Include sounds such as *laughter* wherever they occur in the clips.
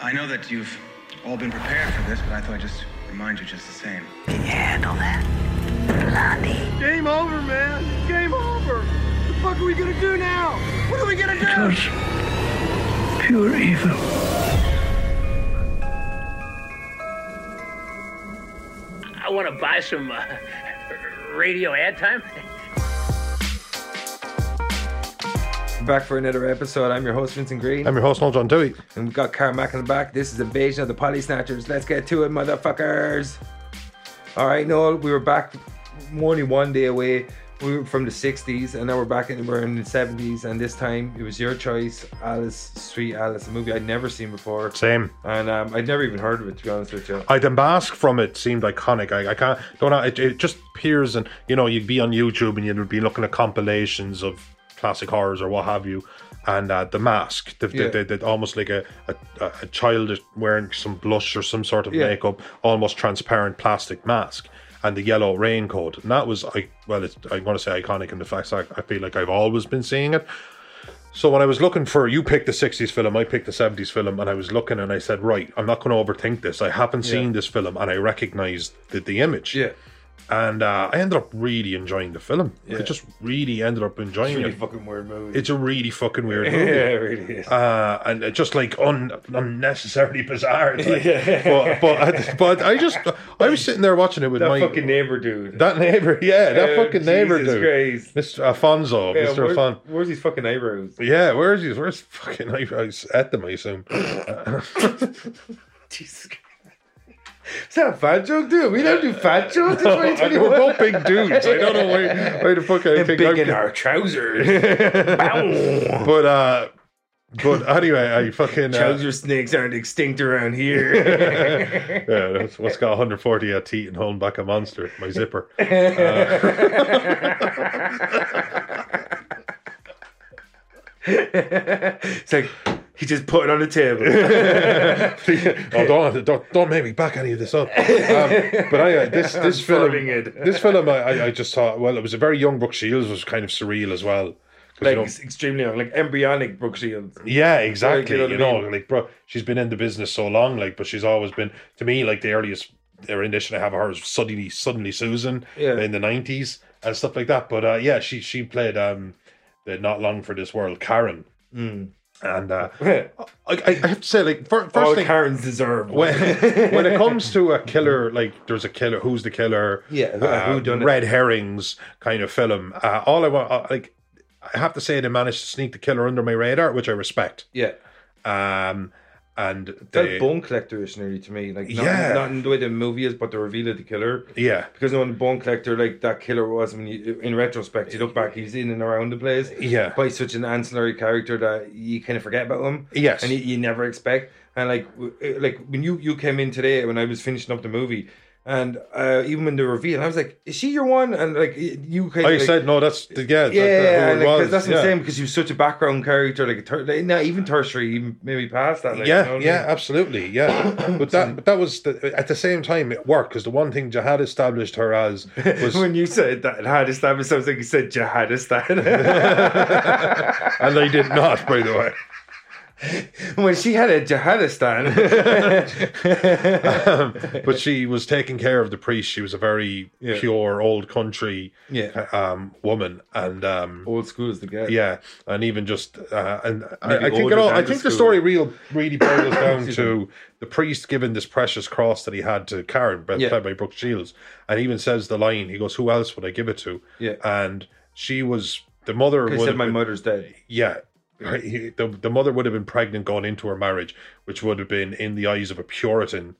I know that you've all been prepared for this, but I thought I'd just remind you just the same. Can you handle that? Blondie. Game over, man. Game over. What the fuck are we gonna do now? What are we gonna do? It was pure evil. I want to buy some uh, radio ad time. Back for another episode. I'm your host, Vincent Green. I'm your host, Noel John Dewey. and we've got Carmack in the back. This is Invasion of the Potty Snatchers. Let's get to it, motherfuckers. All right, Noel, we were back only one day away. We were from the 60s, and now we're back in, we're in the 70s. And this time it was your choice, Alice, Sweet Alice, a movie I'd never seen before. Same. And um, I'd never even heard of it, to be honest with you. I, the mask from it seemed iconic. I, I can't, don't know, it, it just appears and, you know, you'd be on YouTube and you'd be looking at compilations of classic horrors or what have you. And uh, the mask, the, the- Yeah. the, the, almost like a, a, a child is wearing some blush or some sort of Yeah. makeup, almost transparent plastic mask. And the yellow raincoat, and that was I. Well, it's, I want to say iconic in the fact that I feel like I've always been seeing it. So when I was looking for, you picked the '60s film, I picked the '70s film, and I was looking, and I said, right, I'm not going to overthink this. I haven't seen this film, and I recognized the, the image. Yeah, And uh, I ended up really enjoying the film. Yeah. I just really ended up enjoying really it. fucking weird movie. it's a really fucking weird *laughs* yeah, movie. it really is. Uh, and it just like un- unnecessarily bizarre. It's like- but but I, but I just I was sitting there watching it with that my fucking neighbor dude. that neighbor, *laughs* yeah, that Oh, fucking neighbor Jesus dude, Christ. Mr. Alfonso, Yeah, Mr. where- Alfonso. Where's his fucking eyebrows? Yeah, where is he? Where's fucking eyebrows at them? I assume. Jesus Christ. Is that a fat joke, dude? We don't do fat jokes in Uh, I mean, 2021. we're both big dudes. I don't know why, why the *laughs* fuck I think I'm- trousers. But uh, *laughs* but anyway, I fucking uh, Trouser snakes aren't extinct *laughs* around here. yeah, that's what's got 140 at teat and holding back a monster. My zipper. it's like he just put it on *laughs* the table. *laughs* oh, don't, don't don't make me back any of this up. Um, but anyway, *laughs* this this film, farting it. this film, I- I, I just thought, well, it was a very young Brooke Shields was kind of surreal as well. 'Cause, you like know- it's extremely young, like embryonic *laughs* Brooke Shields. Yeah, exactly. what I you know, mean? like, bro, she's been in the business so long, like, but she's always been to me like the earliest rendition I have of her is suddenly, suddenly Susan Yeah. in the nineties and stuff like that. But uh, yeah, she she played um the not long for this world Karen, and uh, I, *laughs* I I have to say like fir- first All thing. Karens deserve. when, *laughs* when *laughs* it comes to a killer, like there's a killer, who's the killer? uh, Yeah, who- who done it? red herrings kind of film. Uh, all I want, uh, like, I have to say, they managed to sneak the killer under my radar, which I respect yeah. um, and That they, bone collector-ish nearly to me. Like not, Yeah. not in the way the movie is, but the reveal of the killer. yeah, Because on the Bone Collector, like that killer was, when you, in retrospect, you look back, he's in and around the place. Yeah. But he's such an ancillary character that you kind of forget about him. Yes. And you, you never expect. And like, w- uh, like when you you came in today, when I was finishing up the movie, and uh, even when the reveal, I was like, "Is she your one?" And like, y- you kind I of like, Oh, said no. That's the- yeah, that- yeah, that, who it like, 'cause was, that's what yeah. I'm saying because she was such a background character, like, a ter- like not even tertiary, even maybe past that. Like, you know yeah, what I yeah, mean? absolutely, *coughs* yeah. But that, but that was the, at the same time it worked because the one thing Jihad established her *laughs* as was, *laughs* When you said that, Hadistan, it sounds like you said *laughs* Jihadistan. and they did not, by the way. *laughs* when she had a *laughs* jihadistan But she was taking care of the priest. She was a very Yeah. pure old country Yeah. um, woman, and um, Uh, old school is the guy yeah, and even just uh, and Maybe I, I think older it all. than I the think the school. story real really boils down *coughs* Excuse to the priest giving this precious cross that he had to Karen, but Yeah. played by Brooke Shields, and he even says the line. He goes, "Who else would I give it to?" Yeah. and she was the mother. i Would said have my been- mother's dead yeah. He- The, the mother would have been pregnant going into her marriage, which would have been in the eyes of a Puritan,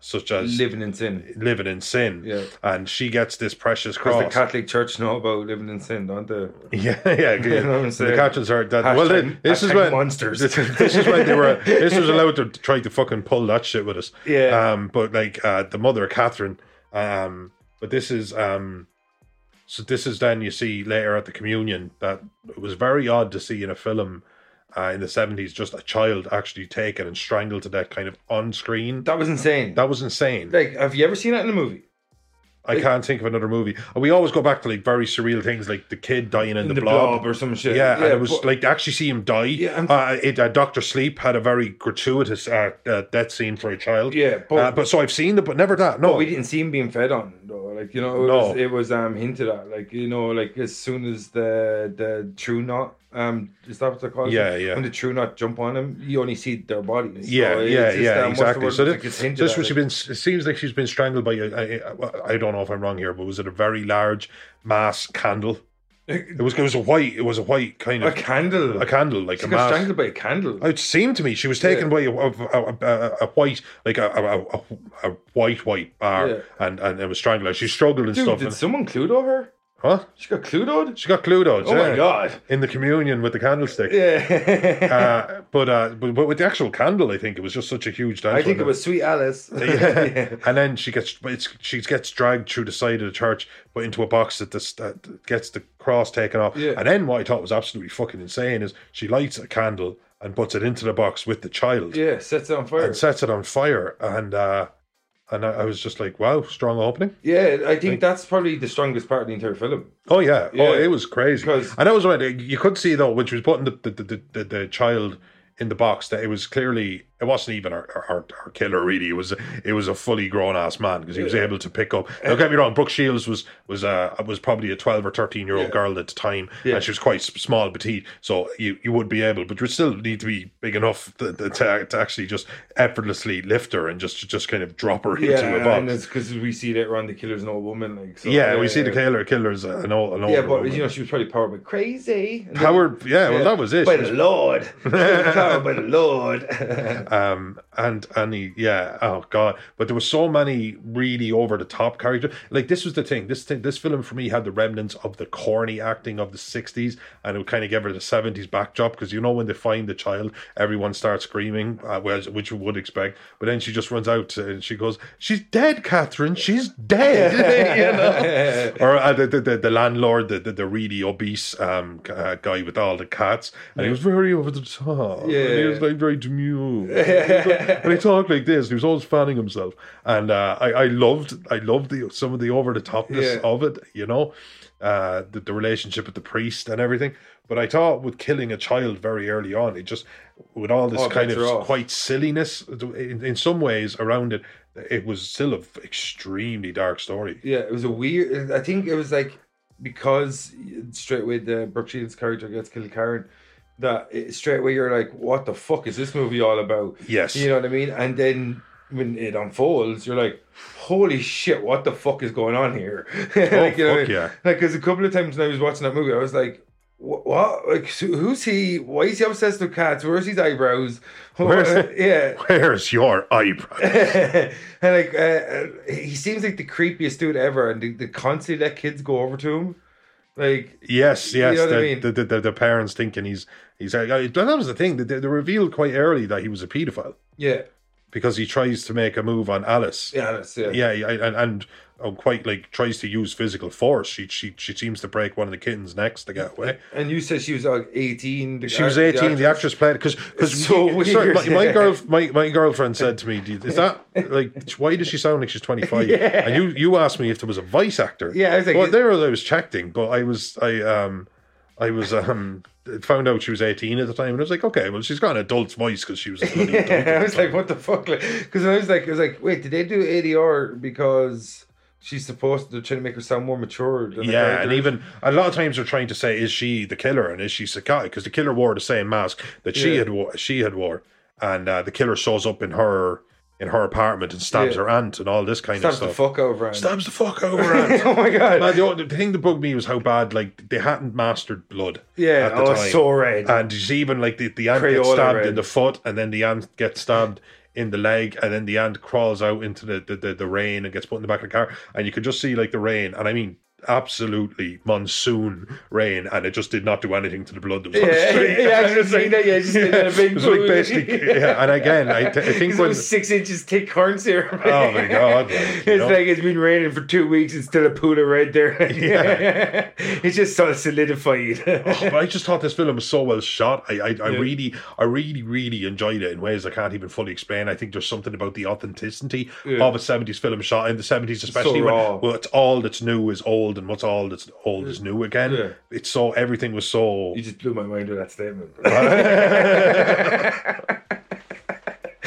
such as living in sin living in sin. Yeah. And she gets this precious because the cross. catholic church know about living in sin don't they Yeah, *laughs* yeah, You know what I'm yeah. The saying? captains are that. well, Hashtag- they- this is hashtag when monsters. This, this is when they *laughs* were. This was allowed to try to fucking pull that shit with us. Yeah. Um. But like uh, the mother Catherine. Um. But this is um. So this is then you see later at the communion that it was very odd to see in a film. Uh, in the seventies, just a child actually taken and strangled to death, kind of on screen. that was insane That was insane. like have you ever seen that in a movie I can't think of another movie. And we always go back to like very surreal things, like the kid dying in, In the, the blob. blob or some shit. Yeah, Yeah, and it was but- like to actually see him die. Yeah, and- uh, it, uh, Doctor Sleep had a very gratuitous uh, uh, death scene for a child. Yeah, but- uh, but so I've seen it, but never that. No, But we didn't see him being fed on though. Like you know, it No. was it was um hinted at. Like you know, like as soon as the the true knot um is that what they're called? Yeah, yeah. When the true knot jump on him, you only see their bodies. So Yeah, it's yeah, just, yeah, um, what's the exactly. word? So Like, it's this, hinted this at, was like- she's been. It seems like she's been strangled by. A, a, a, I don't know if I'm wrong here, but was it a very large mass candle? It was. It was a white. It was a white kind a of candle. a candle, like She a got mass. strangled by a candle. It seemed to me she was taken Yeah. by a, a, a, a, a white, like a, a, a, a white, white bar, Yeah. and, and it was strangled. She struggled and Dude, stuff. did and, someone Cluedo her? huh? She got Cluedoed. She got clued out. Oh yeah, my god. In the communion with the candlestick. Yeah. *laughs* Uh, but, uh, but but with the actual candle, I think it was just such a huge dance. I wasn't think it was *laughs* Sweet Alice. *laughs* yeah. and then she gets but it's, she gets dragged through the side of the church, but into a box that this that gets the cross taken off. Yeah. And then what I thought was absolutely fucking insane is she lights a candle and puts it into the box with the child *laughs* yeah, sets it on fire. and sets it on fire. And uh, and I, I was just like, wow, strong opening. Yeah, I think that's probably the strongest part of the entire film. Oh yeah, oh Yeah. it was crazy. Because- And that was when you could see though, when she was putting the the, the, the, the child in the box, that it was clearly it wasn't even our our, our killer really. It was it was a fully grown ass man because he was able to pick up. Don't get me wrong, Brooke Shields was was uh, was probably a twelve or thirteen year old girl at the time, Yeah. and she was quite s- small petite, so you you would be able, but you would still need to be big enough to, to, to actually just effortlessly lift her and just just kind of drop her *laughs* into a Yeah, box. and it's because we see later on the killer's an old woman. Like, so, yeah, we see the killer killers an old an Yeah, older but woman. you know she was probably powered by crazy. And then- Howard, yeah, well, that was it. By She the was- *laughs* Lord, She was powered by the Lord. Um, and and he, yeah, oh god, but there were so many really over the top characters. Like this was the thing. This thing, this film for me had the remnants of the corny acting of the '60s, and it kind of gave her the '70s backdrop because you know when they find the child, everyone starts screaming, uh, which, which you would expect. But then she just runs out and she goes, "She's dead, Catherine. She's dead." *laughs* you know? or uh, the, the, the the landlord, the, the the really obese um g- uh, guy with all the cats, and he was very over the top. and he Yeah. was like very demure, and he talked like this. He was always fanning himself, and uh, I I loved I loved the some of the over the topness Yeah. of it, you know, uh, the the relationship with the priest and everything. But I thought with killing a child very early on, it just with all this All kind bets of are off. quite silliness in, in some ways around it, it was still a extremely dark story. yeah, it was a weird. I think it was like because straight away the Brooke Shields character gets killed, Karen. That it, straight away you're like, what the fuck is this movie all about? Yes. You know what I mean? And then when it unfolds, you're like, holy shit, what the fuck is going on here? *laughs* like, Oh, fuck what I mean? yeah. Like, because a couple of times when I was watching that movie, I was like, "Wh- what? Like, so who's he? Why is he obsessed with cats? Where's his eyebrows? Where's- *laughs* yeah. Where's your eyebrow? *laughs* and like uh, uh, he seems like the creepiest dude ever, and they, they constantly let kids go over to him. Like, Yes, You yes. know what I the, mean? the, the, the, the parents thinking he's he's uh, that was the thing that they, they revealed quite early that he was a paedophile yeah, because he tries to make a move on Alice. yeah, that's it. yeah, yeah, and and uh, quite like tries to use physical force. She she she seems to break one of the kittens' necks to get away. And you said she was like eighteen. the She was act- eighteen. The *laughs* actress actress- played because because It's *laughs* so weird, my, my yeah. girl my, my girlfriend said to me, "Do you- "Is *laughs* that like why does she sound like she's 25? And you you asked me if there was a voice actor. Yeah, I was like- well, there I was checking, but I was I um I was um found out she was eighteen at the time, and I was like, okay, well she's got an adult's voice because she was a *laughs* bloody adult. at I the was like, time. what the fuck? Because I was like, I was like, wait, did they do ADR because she's supposed to try to make her sound more mature? Than the Yeah, character and is? even a lot of times they're trying to say, is she the killer and is she psychotic? Because the killer wore the same mask that she Yeah. had wore, she had wore, and uh, the killer shows up in her in her apartment and stabs Yeah. her aunt and all this kind stabs of the stuff. fuck over. Stab- stabs the fuck over aunt. *laughs* oh my god! Man, the, only- the thing that bugged me was how bad like they hadn't mastered blood. yeah, oh, it's so red. And it's even like the, the ant gets Crayola stabbed in red. the foot, and then the ant gets stabbed in the leg, and then the ant crawls out into the, the, the, the rain and gets put in the back of the car. And you could just see like the rain, and I mean absolutely monsoon rain, and it just did not do anything to the blood that was on the Yeah, *laughs* street. yeah, I can It's see that, yeah, just in a *laughs* big it was like pool. basically, yeah. And again, *laughs* I, th- I think Because it when was six inches thick corn syrup. Oh my God, *laughs* like, you it's know. like it's been raining for two weeks and still a pool of red there. *laughs* Yeah. *laughs* it's just sort of solidified. *laughs* but I just thought this film was so well shot. I, I, I Yeah. really, I really, really enjoyed it in ways I can't even fully explain. I think there's something about the authenticity Yeah. of a '70s film shot in the '70s, especially raw. when well, it's all that's new is old, and what's all that's old is new again. Yeah. It's so everything was so. You just blew my mind with that statement.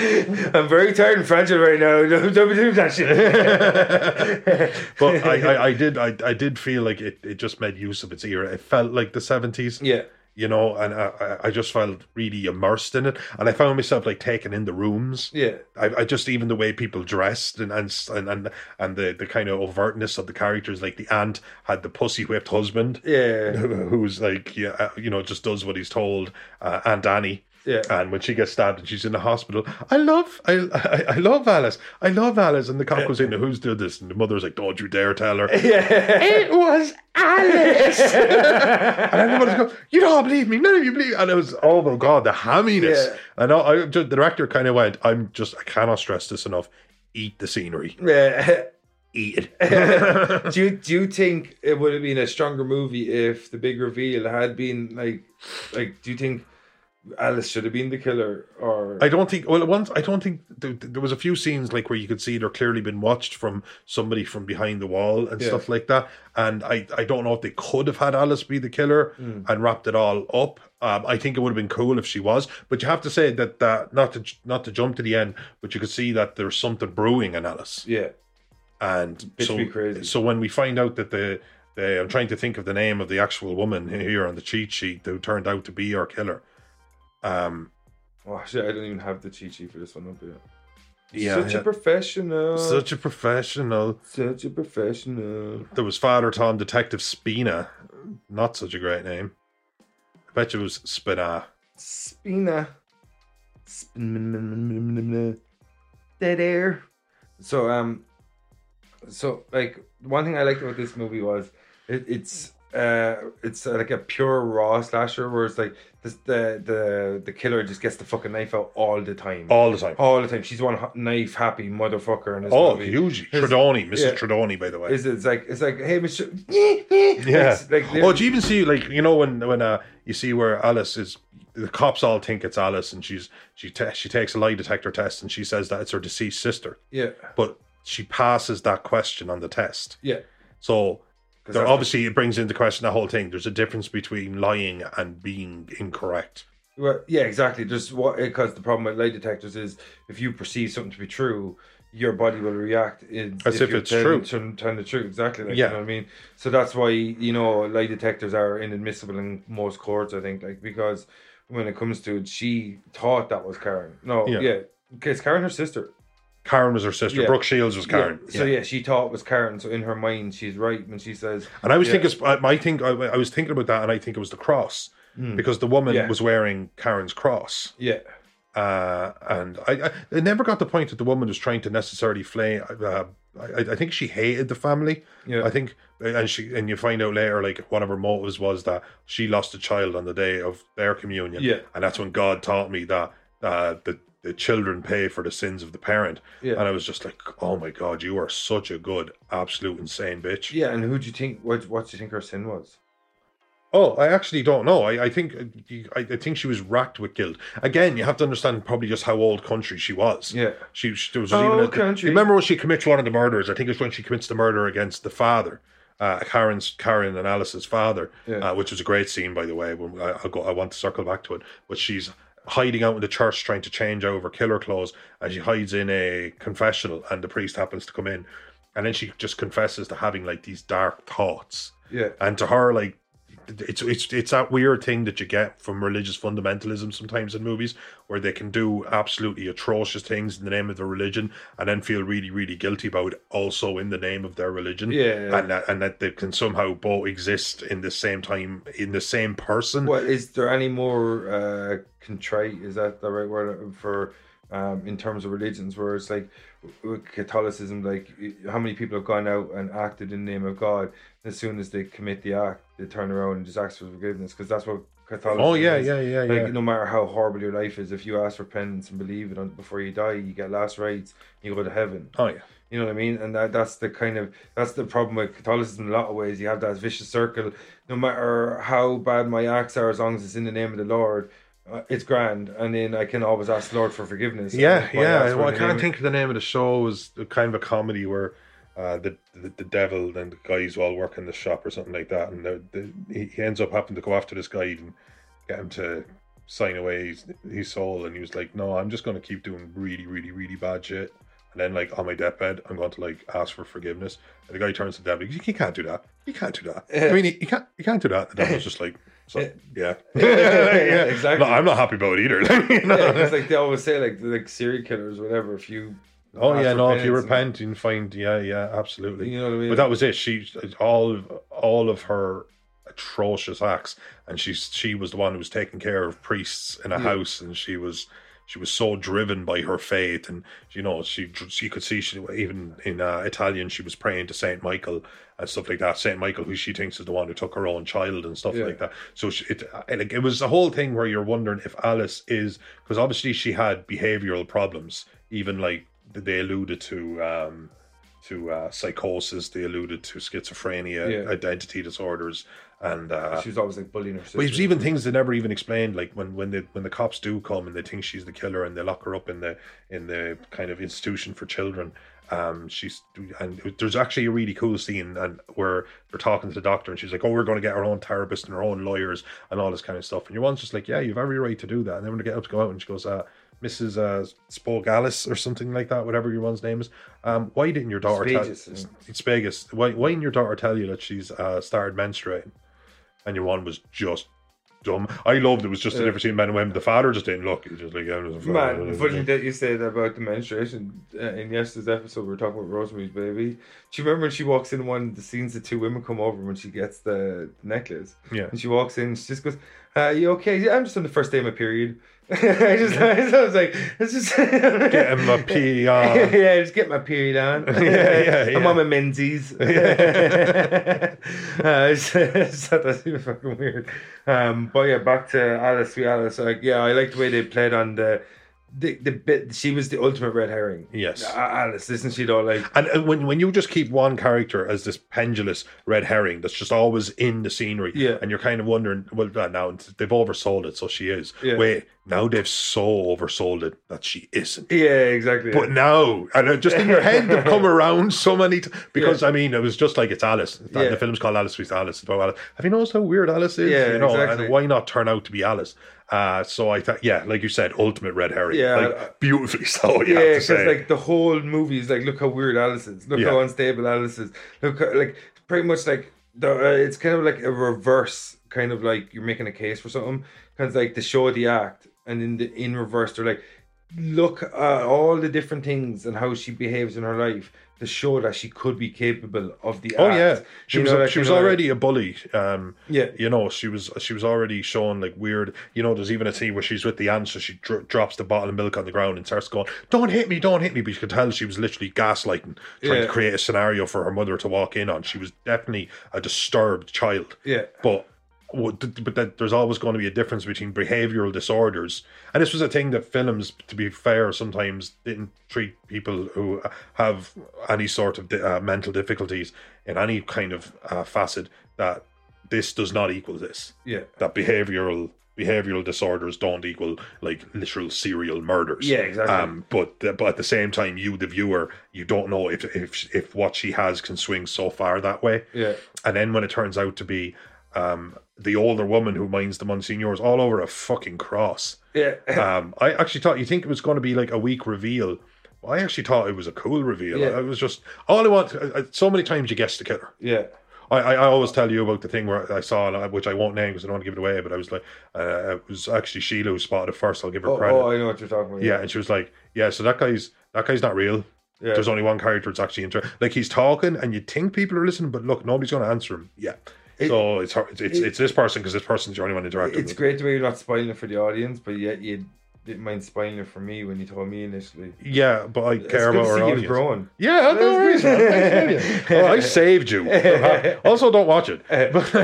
*laughs* I'm very tired and fragile right now. *laughs* Don't, don't do that *laughs* shit. But I, *laughs* I, I did, I, I did feel like it, it just made use of its era. It felt like the '70s. yeah. You know, and I, I I just felt really immersed in it, and I found myself like taken in the rooms. Yeah. I, I just even the way people dressed and and s- and and, and the, the kind of overtness of the characters, like the aunt had the pussy whipped husband, Yeah. who's like yeah, uh, you know, just does what he's told. Uh, Aunt Annie, Yeah. and when she gets stabbed and she's in the hospital, I love I I, I love Alice, I love Alice, and the cop goes in, who's did this? And the mother's like, don't you dare tell her. It was Alice, *laughs* and everybody's going, you don't believe me, none of you believe, and it was oh my god, the hamminess. Yeah. And I, I the director kind of went, I'm just I cannot stress this enough. Eat the scenery, Yeah. *laughs* eat it. do you do you think it would have been a stronger movie if the big reveal had been like like do you think Alice should have been the killer or I don't think. Well, once I don't think there, there was a few scenes like where you could see they're clearly been watched from somebody from behind the wall and Yeah. stuff like that. And I, I don't know if they could have had Alice be the killer Mm. and wrapped it all up. Um, I think it would have been cool if she was, but you have to say that that not to j- not to jump to the end, but you could see that there's something brewing in Alice. yeah And Bitch so, be crazy. so when we find out that the, the I'm trying to think of the name of the actual woman here on the cheat sheet who turned out to be our killer. Um, oh shit I don't even have the cheat sheet for this one up here Yeah, such yeah. a professional such, such a professional. a professional There was Father Tom, Detective Spina. Not such a great name. I bet you it was Spina. Spina Spin- dead air so um so like one thing I liked about this movie was it, it's uh it's uh, like a pure raw slasher where it's like this, the the the killer just gets the fucking knife out all the time All the time. Oh, all the time she's one ho- knife happy motherfucker in this movie. huge. His- Tredoni, Mrs. yeah. Tredoni, by the way. Is it's like it's like hey *laughs* Mr. yeah. It's like oh, do you even see like you know when when uh you see where Alice is? The cops all think it's Alice, and she's she te- she takes a lie detector test, and she says that it's her deceased sister, yeah but she passes that question on the test. yeah So there, that's obviously it brings into question the whole thing. There's a difference between lying and being incorrect. well, yeah exactly. Just what because the problem with lie detectors is if you perceive something to be true, your body will react in, As if you it's tell- true. Turn, turn the truth exactly. Like, Yeah. you know what I mean. So that's why you know lie detectors are inadmissible in most courts. I think like because when it comes to it, she thought that was Karen. No, Yeah. yeah, yeah. it's Karen her sister. Karen was her sister. Yeah. Brooke Shields was Karen. Yeah. So yeah. she thought it was Karen. So in her mind, she's right when she says, And I was Yeah. thinking, I I think I, I was thinking about that, and I think it was the cross because the woman Mm. Yeah. was wearing Karen's cross, "Yeah, uh, and I, I it never got the point that the woman was trying to necessarily flay. Uh, I, I think she hated the family. Yeah. I think, and she and you find out later, like one of her motives was that she lost a child on the day of their communion, Yeah. and that's when God taught me that uh, the the children pay for the sins of the parent, Yeah. and I was just like, oh my god, you are such a good, absolute insane bitch. yeah." And who do you think? What what do you think her sin was? Oh, I actually don't know. I, I think uh, I, I think she was racked with guilt. Again, you have to understand probably just how old country she was. Yeah. she, she there was Oh, even a, country. Remember when she commits one of the murders? I think it was when she commits the murder against the father, uh, Karen's Karen and Alice's father, Yeah. uh, which was a great scene by the way. When I, I'll go, I want to circle back to it, but she's hiding out in the church trying to change out of her killer clothes, and she hides in a confessional, and the priest happens to come in, and then she just confesses to having like these dark thoughts Yeah, and to her like it's it's it's that weird thing that you get from religious fundamentalism sometimes in movies where they can do absolutely atrocious things in the name of their religion and then feel really really guilty about it also in the name of their religion Yeah. and that, and that they can somehow both exist in the same time in the same person Well, is there any more uh, contrite? Is that the right word for um, in terms of religions, where it's like with Catholicism, like how many people have gone out and acted in the name of God. As soon as they commit the act, they turn around and just ask for forgiveness because that's what Catholicism. Oh, yeah, is. yeah, yeah, yeah. Like no matter how horrible your life is, if you ask for penance and believe it on, before you die, you get last rites, you go to heaven. Oh yeah. You know what I mean? And that, that's the kind of that's the problem with Catholicism in a lot of ways. You have that vicious circle. No matter how bad my acts are, as long as it's in the name of the Lord, uh, it's grand. And then I can always ask the Lord for forgiveness. And Yeah, if my yeah. acts were Well, I in the can't name think of the name of the show. It was a kind of a comedy where uh, the, the the devil and the guys all work in the shop or something like that, and the, the, he- he ends up having to go after this guy and get him to sign away his, his soul, and he was like, "No, I'm just going to keep doing really, really, really bad shit." And then, like on my deathbed, I'm going to like ask for forgiveness. And the guy turns to the devil, "You can't do that. You can't do that. I mean, you can't, you can't do that." The devil's just like, so, *laughs* "Yeah, yeah, exactly. No, I'm not happy about it either. *laughs* You know? *laughs* Yeah, 'cause, like they always say, like like serial killers, whatever. If you Oh ask yeah, for no. If you penance and- repent and find, yeah, yeah, absolutely. You know what I mean? But that was it. She all of all of her atrocious acts, and she's she was the one who was taking care of priests in a house, and she was she was so driven by her faith, and you know she she could see she even in uh, Italian she was praying to Saint Michael and stuff like that. Saint Michael, who she thinks is the one who took her own child and stuff Yeah. like that. So she, it it- like it was a whole thing where you're wondering if Alice is because obviously she had behavioral problems, even like they alluded to. um to uh, psychosis, they alluded to schizophrenia, Yeah. identity disorders, and uh, she was always like bullying her sister. but it's even things they never even explained. Like when when the when the cops do come and they think she's the killer and they lock her up in the in the kind of institution for children. Um, she's and there's actually a really cool scene and where they're talking to the doctor and she's like, "Oh, we're going to get our own therapist and our own lawyers and all this kind of stuff." And your one's just like, "Yeah, you've every right to do that." And then when they get up to go out and she goes, uh, "Mrs. Uh, Spogalis or something like that, whatever your one's name is, um, why didn't your daughter Spagus, isn't tell Spagus? Why why didn't your daughter tell you that she's uh, started menstruating?" and your one was just dumb. I loved it was just the difference between men and women. The father just didn't look. He just like "Yeah, there's a father." Man, funny that you said about the menstruation. Uh, in yesterday's episode, we were talking about Rosemary's Baby. Do you remember when she walks in one of the scenes? The two women come over when she gets the necklace. Yeah. And she walks in. She just goes, uh, "You okay? Yeah, I'm just on the first day of my period." *laughs* I just, I was like, "It's just Get him *laughs* a E pee on. yeah, just get my period on. *laughs* yeah, *laughs* I'm yeah. on my *laughs* menzies. uh, it's, it's, that's even fucking weird. Um, but yeah, back to Alice, sweet Alice. Like, yeah, I like the way they played on the. The, the bit she was the ultimate red herring. Yes. A- Alice, isn't she though? Like, And uh, when, when you just keep one character as this pendulous red herring that's just always in the scenery, Yeah. and you're kind of wondering, well, uh, now it's- they've oversold it, so she is. Yeah. Wait, now they've so oversold it that she isn't. yeah, exactly. But now, and uh, just in your head, they've *laughs* come around so many times. Because, I mean, it was just like it's Alice. The- Yeah. The film's called Alice Sweet Alice. It's about Alice. Have you noticed how weird Alice is? Yeah, you know, exactly. and why not turn out to be Alice? Uh, so I thought, yeah, like you said, ultimate red herring. Yeah, Like, I- beautifully *laughs* so, you yeah, have to because say. like the whole movie is like, look how weird Alice is. Look how Yeah. unstable Alice is. Look, how, like pretty much like the uh, it's kind of like a reverse kind of like you're making a case for something. Kind of like the show the act, and in the in reverse they're like, look at all the different things and how she behaves in her life to show that she could be capable of the Oh act. yeah, she You was know, that she kind was of like- already a bully. Um, Yeah. you know she was she was already showing like weird. You know, there's even a scene where she's with the ants, so she dro- drops the bottle of milk on the ground and starts going, "Don't hit me, don't hit me!" But you could tell she was literally gaslighting, trying Yeah. to create a scenario for her mother to walk in on. She was definitely a disturbed child. Yeah. but. what- But that there's always going to be a difference between behavioral disorders, and this was a thing that films, to be fair, sometimes didn't treat people who have any sort of di- uh, mental difficulties in any kind of uh, facet that this does not equal this yeah. that behavioral behavioral disorders don't equal like literal serial murders Yeah, exactly. um but but at the same time you the viewer you don't know if if if what she has can swing so far that way Yeah. and then when it turns out to be um the older woman who minds the monsignors all over a fucking cross Yeah. um, I actually thought you think it was going to be like a weak reveal. I actually thought it was a cool reveal. Yeah. I was just all I want. I, I- so many times you guess the killer. Yeah. *laughs* I, I, I always tell you about the thing where I saw, and I- which I won't name because I don't want to give it away. But I was like, uh, it was actually Sheila who spotted it first. I'll give her Oh, credit. oh, I know what you're talking about. yeah, and she was like, yeah. So that guy's that guy's not real. Yeah. There's only one character that's actually inter- like he's talking, and you think people are listening, but look, nobody's going to answer him. Yeah. so it's her- it's it's, it's this person because this person's the only one interacting. it's with. great the way you're not spoiling it for the audience, but yet you didn't mind spoiling it for me when you told me initially. Yeah, but I It's care good about to our see you've audience. grown. Yeah, no worries. man. Thanks, *laughs* Fabian. Oh, I saved you. *laughs* also, don't watch it.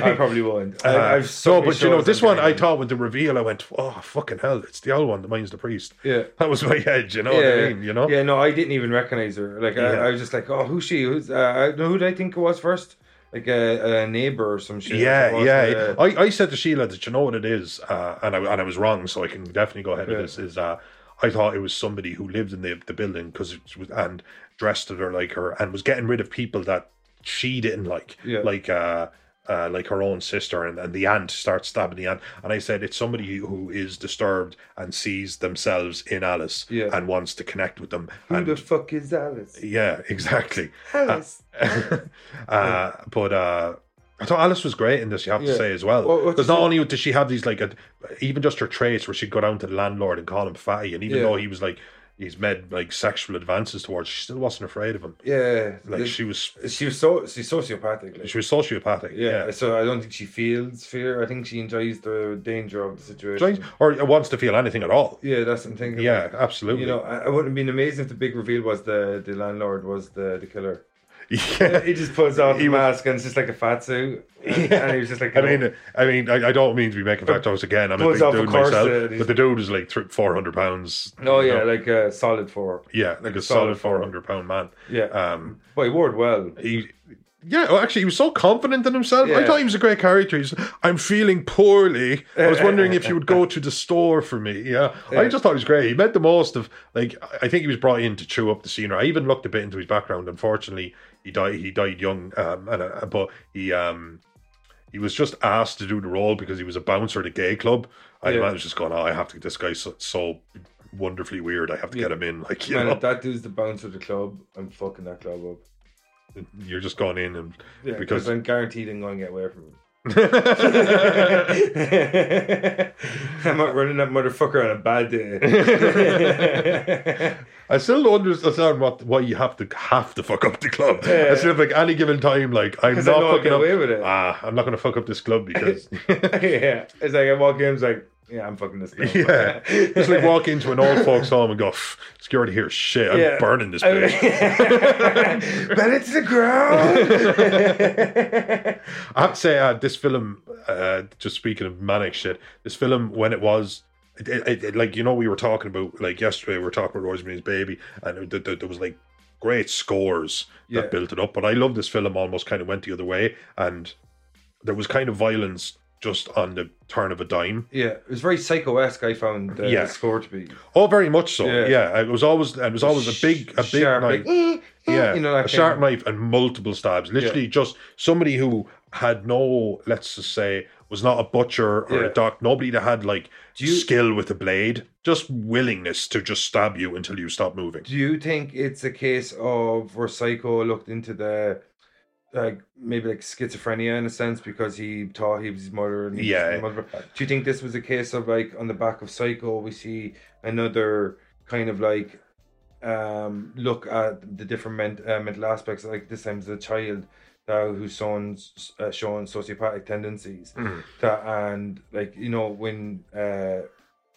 I probably won't. I, Eh, Uh, I've so no, many but you know, shows this I'm one I trying. thought with the reveal, I went, "Oh fucking hell!" It's the old one that mine's the priest. Yeah. that was my *laughs* edge. You know what I mean? You know, Yeah, no, I didn't even recognize her. Like, Yeah. I, I was just like, oh, who's she? Who's, uh, I- who did I think it was first? Like uh, a, a neighbor or some shit. yeah, Like, yeah. it was, uh, I, I said to Sheila that you know what it is, uh, and I and I was wrong, so I can definitely go ahead Yeah. with this. Is uh, I thought it was somebody who lived in the the building because it was and dressed her like her and was getting rid of people that she didn't like, Yeah. like uh. Uh, like her own sister and, and the aunt starts stabbing the aunt and I said it's somebody who is disturbed and sees themselves in Alice Yeah. and wants to connect with them who and the fuck is Alice? yeah *laughs* exactly Alice. uh, but uh, I thought Alice was great in this. You have Yeah. to say as well, Well, what because you not said- only did she have these like, a, even just her traits where she'd go down to the landlord and call him fatty, and even Yeah. though he was like he's made like sexual advances towards, her, she still wasn't afraid of him. yeah. Like this- she was, she was so she's sociopathic. Like. she was sociopathic. yeah, Yeah. so I don't think she feels fear. I think she enjoys the danger of the situation. Strange- Or wants to feel anything at all. Yeah, that's what I'm thinking. Yeah, absolutely. You know, I, I wouldn't have been amazed if the big reveal was the, the landlord was the, the killer. *laughs* yeah. He just pulls off the He was- mask and it's just like a fat suit. *laughs* And, and he was just like, I you know, mean, I mean, I, I don't mean to be making fat jokes again. I'm a Pulls big off a dude myself, corset, he's- but the dude is like four hundred pounds. No, you yeah, know? like a solid four. yeah, like, a solid four hundred pound man. Yeah. Um, But he wore it well. he yeah well, actually he was so confident in himself Yeah. i thought he was a great character he's i'm feeling poorly i was wondering if you would go to the store for me yeah, i just thought he was great he made the most of like I- i think he was brought in to chew up the scenery i even looked a bit into his background unfortunately he died he died young um and uh, but he um he was just asked to do the role because he was a bouncer at a gay club i Yeah. yeah. was just going oh i have to this guy's so, so wonderfully weird i have to Yeah. get him in like you Man, know if that dude's the bouncer of the club, I'm fucking that club up. you're just going in and Yeah, because because I'm guaranteed I'm going to get away from him. *laughs* I'm not running that motherfucker on a bad *laughs* day. *laughs* I still don't understand what why you have to have to fuck up the club. I still think any given time, like I'm 'Cause I not know I'll fucking get up. away with it. Ah, I'm not gonna fuck up this club *laughs* because yeah, it's like I walk in, it's like, yeah, I'm fucking this club. yeah, just like walk into an old folks home and go, "Pff, security here, is shit, I'm Yeah. burning this *laughs* *laughs* I- bitch. but it's the ground. I have to say, uh, this film, uh, just speaking of manic shit, this film when it was. It, it, it, like you know, we were talking about like yesterday. We were talking about Rosemary's Baby, and it, there- there was like great scores Yeah. that built it up. But I love this film. Almost kind of went the other way, and there was kind of violence just on the turn of a dime. yeah, it was very psycho-esque. I found uh, Yeah. the score to be. Oh, very much so. Yeah. Yeah, it was always it was always a big a big Sharp, knife. like, "Eh, eh," yeah, you know, that a sharp kind knife and multiple stabs. Literally, just somebody who had no, let's just say, was not a butcher or Yeah. a doc. Nobody that had like you- skill with a blade, just willingness to just stab you until you stop moving. Do you think it's a case of where Psycho looked into the like maybe like schizophrenia in a sense because he thought he was his mother and he was Yeah. his mother? Do you think this was a case of like on the back of Psycho we see another kind of like um look at the different ment- uh, mental aspects like this time it's a child uh, who's shown uh, shown sociopathic tendencies that, and like you know when uh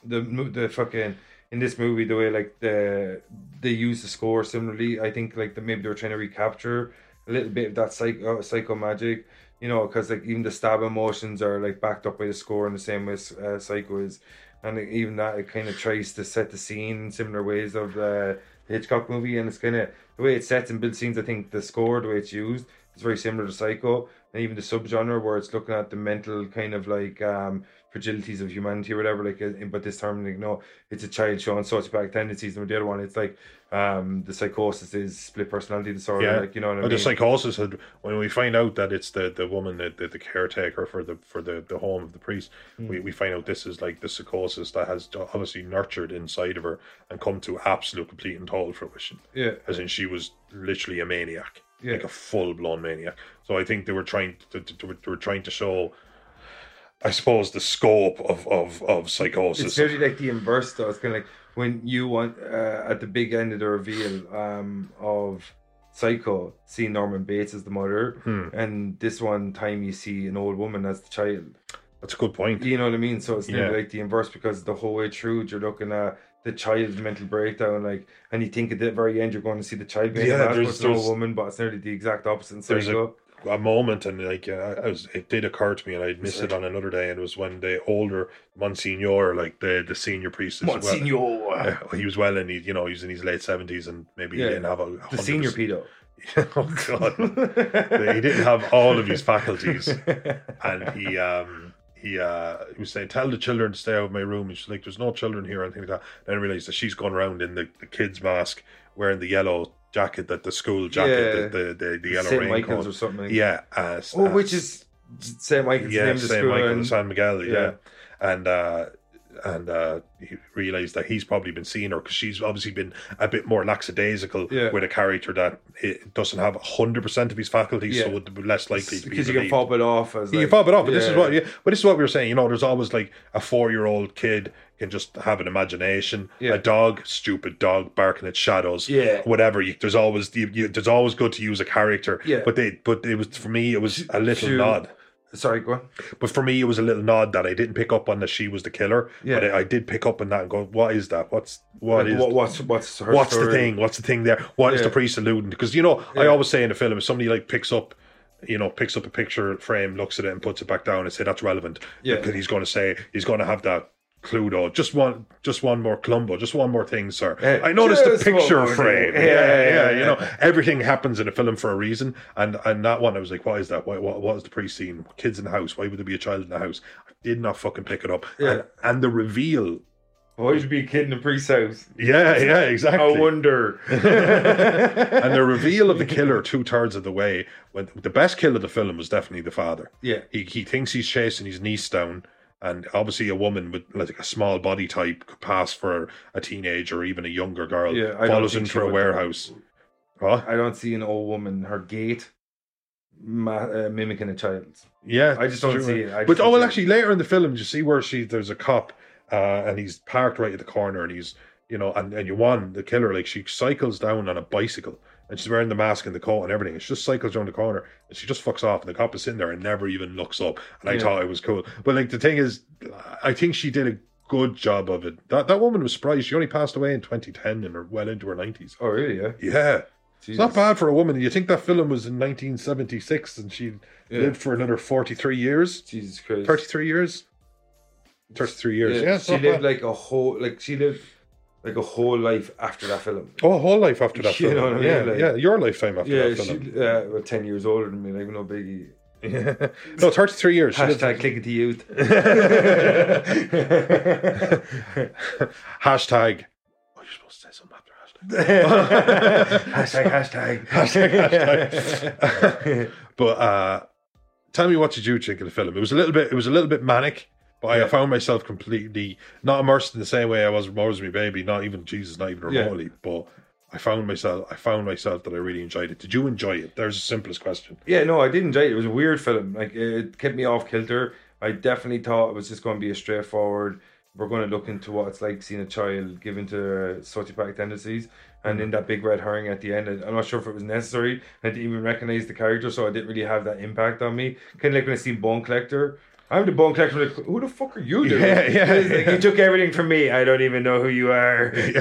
the mo- the fucking in this movie the way like the they use the score similarly i think like the, maybe they were trying to recapture a little bit of that psycho psycho magic you know because like even the stab emotions are like backed up by the score in the same way as, uh, psycho is and it- even that it kind of tries to set the scene in similar ways of uh, the hitchcock movie and it's kind of the way it sets and builds scenes i think the score the way it's used is very similar to psycho and even the subgenre where it's looking at the mental kind of like um fragilities of humanity or whatever like uh, but this time like no it's a child showing sociopathic tendencies and with the other one it's like um the psychosis is split personality disorder Yeah, like you know what i Or mean the psychosis had when we find out that it's the the woman that the, the caretaker for the for the, the home of the priest. Hmm. We, we find out this is like the psychosis that has obviously nurtured inside of her and come to absolute complete and total fruition. yeah as in she was literally a maniac, Yeah. like a full blown maniac. So I think they were trying to, to, to- they were trying to show, I suppose, the scope of of of It's psychosis. nearly like the inverse, though. It's kind of like when you want uh, at the big end of the reveal um, of Psycho, see Hmm. Norman Bates as the mother, and this one time you see an old woman as the child. That's a good point. You know what I mean? So it's never Yeah. like the inverse because the whole way through you're looking at the child's mental breakdown, like, and you think at the very end you're going to see the child being Yeah, yeah, an there's- there's, an old there's- woman, but it's nearly the exact opposite. And so There's you go, a moment, and like uh, I was, it did occur to me, and I missed it on another day. And it was when the older Monsignor, like the the senior priest, is well- Monsignor, uh, *laughs* he was well in his, you know, he was in his late seventies, and maybe Yeah. he didn't have a the 100% senior pedo. *laughs* oh god, he didn't have all of his *laughs* faculties, and he um he uh he was saying, "Tell the children to stay out of my room." And she's like, "There's no children here," and things like that. Then I realized that she's gone around in the, the kid's mask, wearing the yellow jacket that the school Yeah. jacket, the, the the the yellow St. Michael's or raincoat. something. Like Yeah, uh, That. Oh, uh, which is St. Michael's yeah, name of the St. school. Michael and and- San Miguel, yeah. yeah. And uh and uh he realized that he's probably been seeing her because she's obviously been a bit more lackadaisical Yeah. with a character that it doesn't have hundred percent of his faculties, so Yeah. would be less likely to be because you can believed. fob it off as You like, can fob it off, but this is yeah. what yeah, but this is what we were saying. You know, there's always like a four-year-old kid can just have an imagination. Yeah. A dog, stupid dog, barking at shadows. Yeah. whatever. You, there's always you, you, there's always good to use a character. Yeah. but they but it was for me it was a little to- nod. Sorry, go on. But for me, it was a little nod that I didn't pick up on that she was the killer. Yeah. But I, I did pick up on that and go, what is that? What's what Like, is? what, what's what's her what's the story? thing? What's the thing there? What is Yeah. the priest alluding? Because you know, I Yeah. always say in a film, if somebody like picks up, you know, picks up a picture frame, looks at it, and puts it back down, and say that's relevant. Yeah. Because he's going to say he's going to have that. Cluedo, just one, just one more Columbo, just one more thing, sir. Yeah. I noticed the Just one picture more thing. frame. Yeah, Yeah, yeah, yeah, you yeah. know, everything happens in a film for a reason. And and that one, I was like, what is that? Why, what, what is the pre-scene? Kids in the house. Why would there be a child in the house? I did not fucking pick it up. Yeah. And, and the reveal. Why would you be a kid in the priest's house? Yeah, yeah, exactly. I *laughs* wonder. and the reveal of the killer two thirds of the way. When the best kill of the film was definitely the father. Yeah. He he thinks he's chasing his niece down, and obviously a woman with like a small body type could pass for a teenager or even a younger girl. Yeah, I don't follows think him she through a would. warehouse. Huh? I don't see an old woman, her gait, ma- uh, mimicking a child's. Yeah, I just don't sure. see it. I just but don't oh well, see it. actually later in the film, you see where she there's a cop, uh, and he's parked right at the corner, and he's you know, and and Yuan, the killer, like she cycles down on a bicycle, and she's wearing the mask and the coat and everything, and she just cycles around the corner, and she just fucks off, and the cop is sitting there and never even looks up, and I Yeah. thought it was cool, but like the thing is, I think she did a good job of it. That that woman was surprised. She only passed away in 2010, and are well into her 90s. Oh, really? Yeah. Yeah. Jesus. It's not bad for a woman. You think that film was in 1976 and she Yeah. lived for another 43 years? Jesus Christ. 33 years? 33 years, yeah. it's she not bad. lived like a whole, like she lived like a whole life after that film. oh, a whole life after that *laughs* You film. know what I mean, yeah, like- yeah, your lifetime after Yeah, that she film. uh, well, ten years older than me. Like no biggie. no, 33 years. She lived- *laughs* Hashtag *laughs* click it to youth. hashtag. Oh, you're supposed to say something after hashtag. hashtag hashtag But uh, tell me what did you think of the film? It was a little bit. It was a little bit manic. But I found myself completely not immersed in the same way I was with Rosemary Baby. Not even Jesus. Not even Yeah. remotely. But I found myself. I found myself that I really enjoyed it. Did you enjoy it? There's the simplest question. Yeah, no, I did enjoy it. It was a weird film. Like it kept me off kilter. I definitely thought it was just going to be a straightforward. We're going to look into what it's like seeing a child given to uh, sociopathic tendencies, and Mm-hmm. then that big red herring at the end. I- I'm not sure if it was necessary. I didn't even recognize the character, so I didn't really have that impact on me. Kind of like when I see Bone Collector. I'm the Bone Collector. Like, who the fuck are you? *laughs* Dude? Yeah, yeah, It's like, yeah. You took everything from me. I don't even know who you are. *laughs* Yeah. *laughs*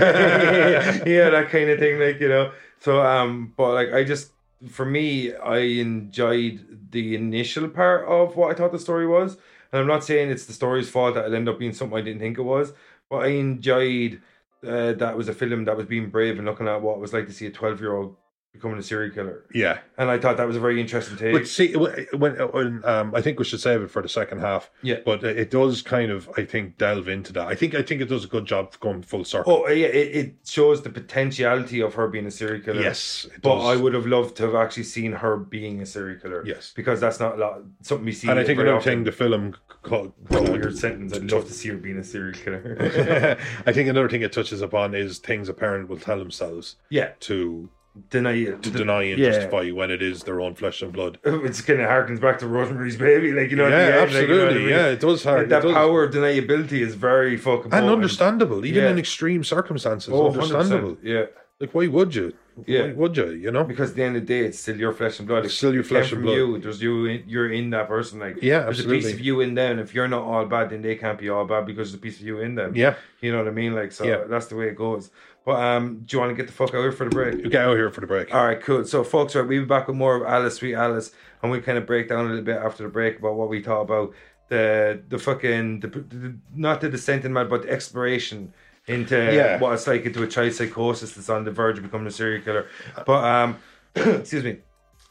yeah, that kind of thing, like you know. So, um, but like I just, for me, I enjoyed the initial part of what I thought the story was, and I'm not saying it's the story's fault that it ended up being something I didn't think it was, but I enjoyed uh, that it was a film that was being brave and looking at what it was like to see a 12 year old becoming a serial killer, Yeah. and I thought that was a very interesting take. But see, when, when um, I think we should save it for the second half. Yeah. But it does kind of, I think, delve into that. I think, I think it does a good job of going full circle. Oh yeah, it, it shows the potentiality of her being a serial killer. yes. It Oh, But does. I would have loved to have actually seen her being a serial killer. Yes. Because that's not a lot, something we see. and I think very another often. thing, the film. co- What a weird sentence. I'd love to see her being a serial killer. *laughs* *laughs* I think another thing it touches upon is things a parent will tell themselves yeah. to Deny it. to deny and yeah. justify when it is their own flesh and blood. *laughs* It's kind of harkens back to Rosemary's Baby. Like, you know, at yeah, the end, like, you know absolutely. what I mean? Yeah, it does Like, hurt. that it does. power of deniability is very fucking and potent. understandable, even Yeah. in extreme circumstances. Oh, 100%. understandable. Yeah. Like, why would you? Yeah. Why would you? You know? Because at the end of the day, it's still your flesh and blood. It's still your came flesh and from blood. You. There's you. In, you're in that person. Like Yeah, there's a absolutely. piece of you in them. If you're not all bad, then they can't be all bad because there's a piece of you in them. Yeah. you know what I mean. Like so, Yeah. that's the way it goes. But um, do you want to get the fuck out for the break? You get out here for the break. All right, cool. So, folks, right, we'll be back with more of Alice, Sweet Alice, and we'll kind of break down a little bit after the break about what we thought about the the fucking the, the not the descent in mad, but the exploration into Yeah. what it's like into a child psychosis that's on the verge of becoming a serial killer. But um, *clears throat* excuse me.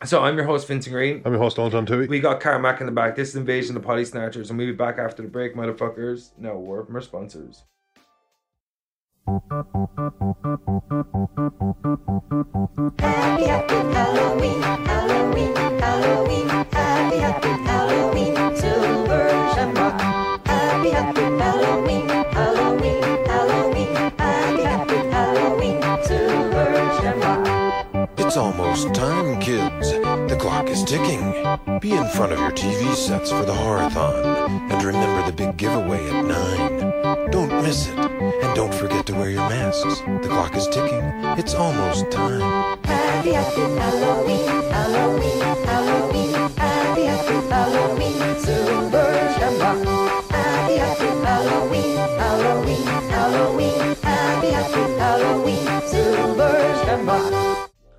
So I'm your host Vincent Green. I'm your host, Dalton Tui. We got Carmack in the back. This is Invasion of the Potty Snatchers, and we'll be back after the break, motherfuckers. No, we're from our sponsors. Happy, happy Halloween, Halloween, Halloween, happy, happy Halloween, silver shamrock. Happy, happy Halloween, Halloween, Halloween, happy, happy Halloween, silver shamrock. It's almost time, kids. The clock is ticking. Be in front of your TV sets for the horathon. And remember the big giveaway at 9. Don't miss it. And don't forget to wear your masks. The clock is ticking. It's almost time. Happy, happy Halloween, Halloween, Halloween, happy, happy Halloween, silver shamrock. Happy, happy Halloween, Halloween, Halloween, happy, happy Halloween, silver shamrock.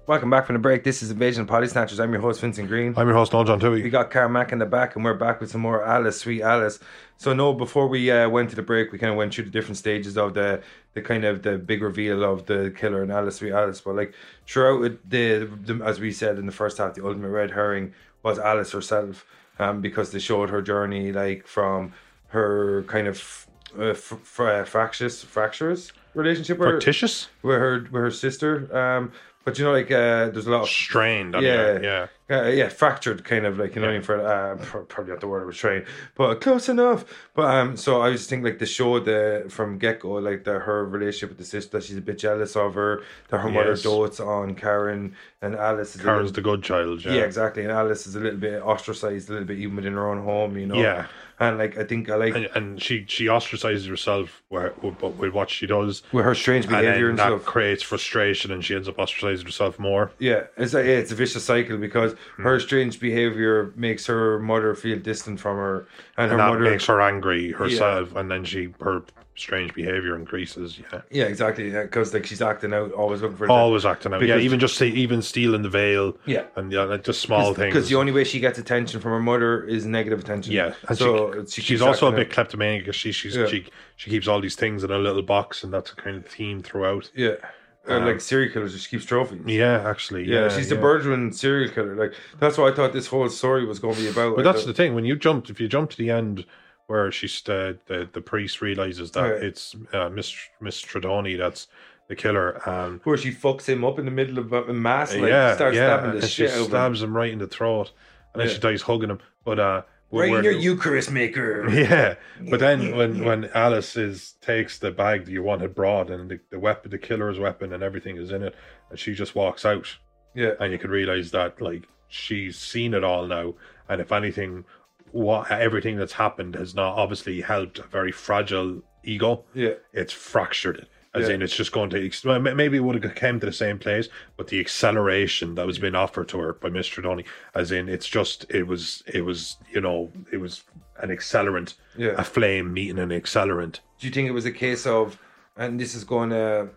Welcome back from the break. This is Invasion of the Potty Snatchers. I'm your host Vincent Green. I'm your host, Dalton We Tui. got Carmack in the back, and we're back with some more Alice, sweet Alice. So no, before we uh, went to the break, we kind of went through the different stages of the the kind of the big reveal of the killer and Alice, sweet Alice. But like throughout it, the, the as we said in the first half, the ultimate red herring was Alice herself, um, because they showed her journey like from her kind of uh, fr- fr- uh, fractious fractious relationship with her, Fictitious? with her with her sister. Um, but you know, like uh, there's a lot of Strained. on yeah, there, Yeah. uh, yeah, fractured kind of like you know what I mean for uh, pro- probably not the word I was trying, but close enough. But um, so I just think like the show the from get go like the her relationship with the sister that she's a bit jealous of her that her mother Yes. dotes on Karen and Alice is a Karen's little- the good child. Yeah. yeah exactly and Alice is a little bit ostracized a little bit even within her own home you know Yeah. and like I think I like And, and she, she ostracizes herself where, with, with what she does. with her strange And behavior then and, that stuff creates frustration and she ends up ostracizing herself more. Yeah, it's a, yeah, it's a vicious cycle because Hmm. her strange behavior makes her mother feel distant from her, and, and her that mother makes her angry herself, and then she her strange behavior increases. Yeah, Yeah, exactly. Because like she's acting out, always looking for always acting out. Yeah, Because- even just say even stealing the veil. Yeah. and yeah, like just small things. Because the only way she gets attention from her mother is negative attention. yeah, and so she, she she's keeps also a acting bit out. kleptomaniac because she she's, Yeah. she she keeps all these things in a little box, and that's a kind of theme throughout. Yeah, Uh, like serial killers just keeps trophies. Um, Yeah, actually, Yeah, yeah, she's yeah. the burgeoning serial killer. Like that's what I thought this whole story was going to be about. uh, But I that's the thought- thing when you jump, if you jump to the end where she's the the, the priest realizes that Yeah. it's uh, Miss Miss Tredoni that's the killer, um, and where she fucks him up in the middle of a mass. Like, starts stabbing the and shit she out of him. stabs him right in the throat, and then Yeah. she dies hugging him. But uh, where- Right in your where- *laughs* Eucharist maker. yeah. But then when when Alice is takes the bag that you wanted brought, and the, the weapon, the killer's weapon, and everything is in it, and she just walks out, Yeah, and you can realize that like she's seen it all now, and if anything, what everything that's happened has not obviously helped a very fragile ego yeah. it's fractured it. As Yeah. in, it's just going to ex- well, ma- maybe it would have came to the same place, but the acceleration that was being offered to her by Mister Donny, as in, it's just it was it was you know it was an accelerant, Yeah. a flame meeting an accelerant. do you think it was a case of and this is going to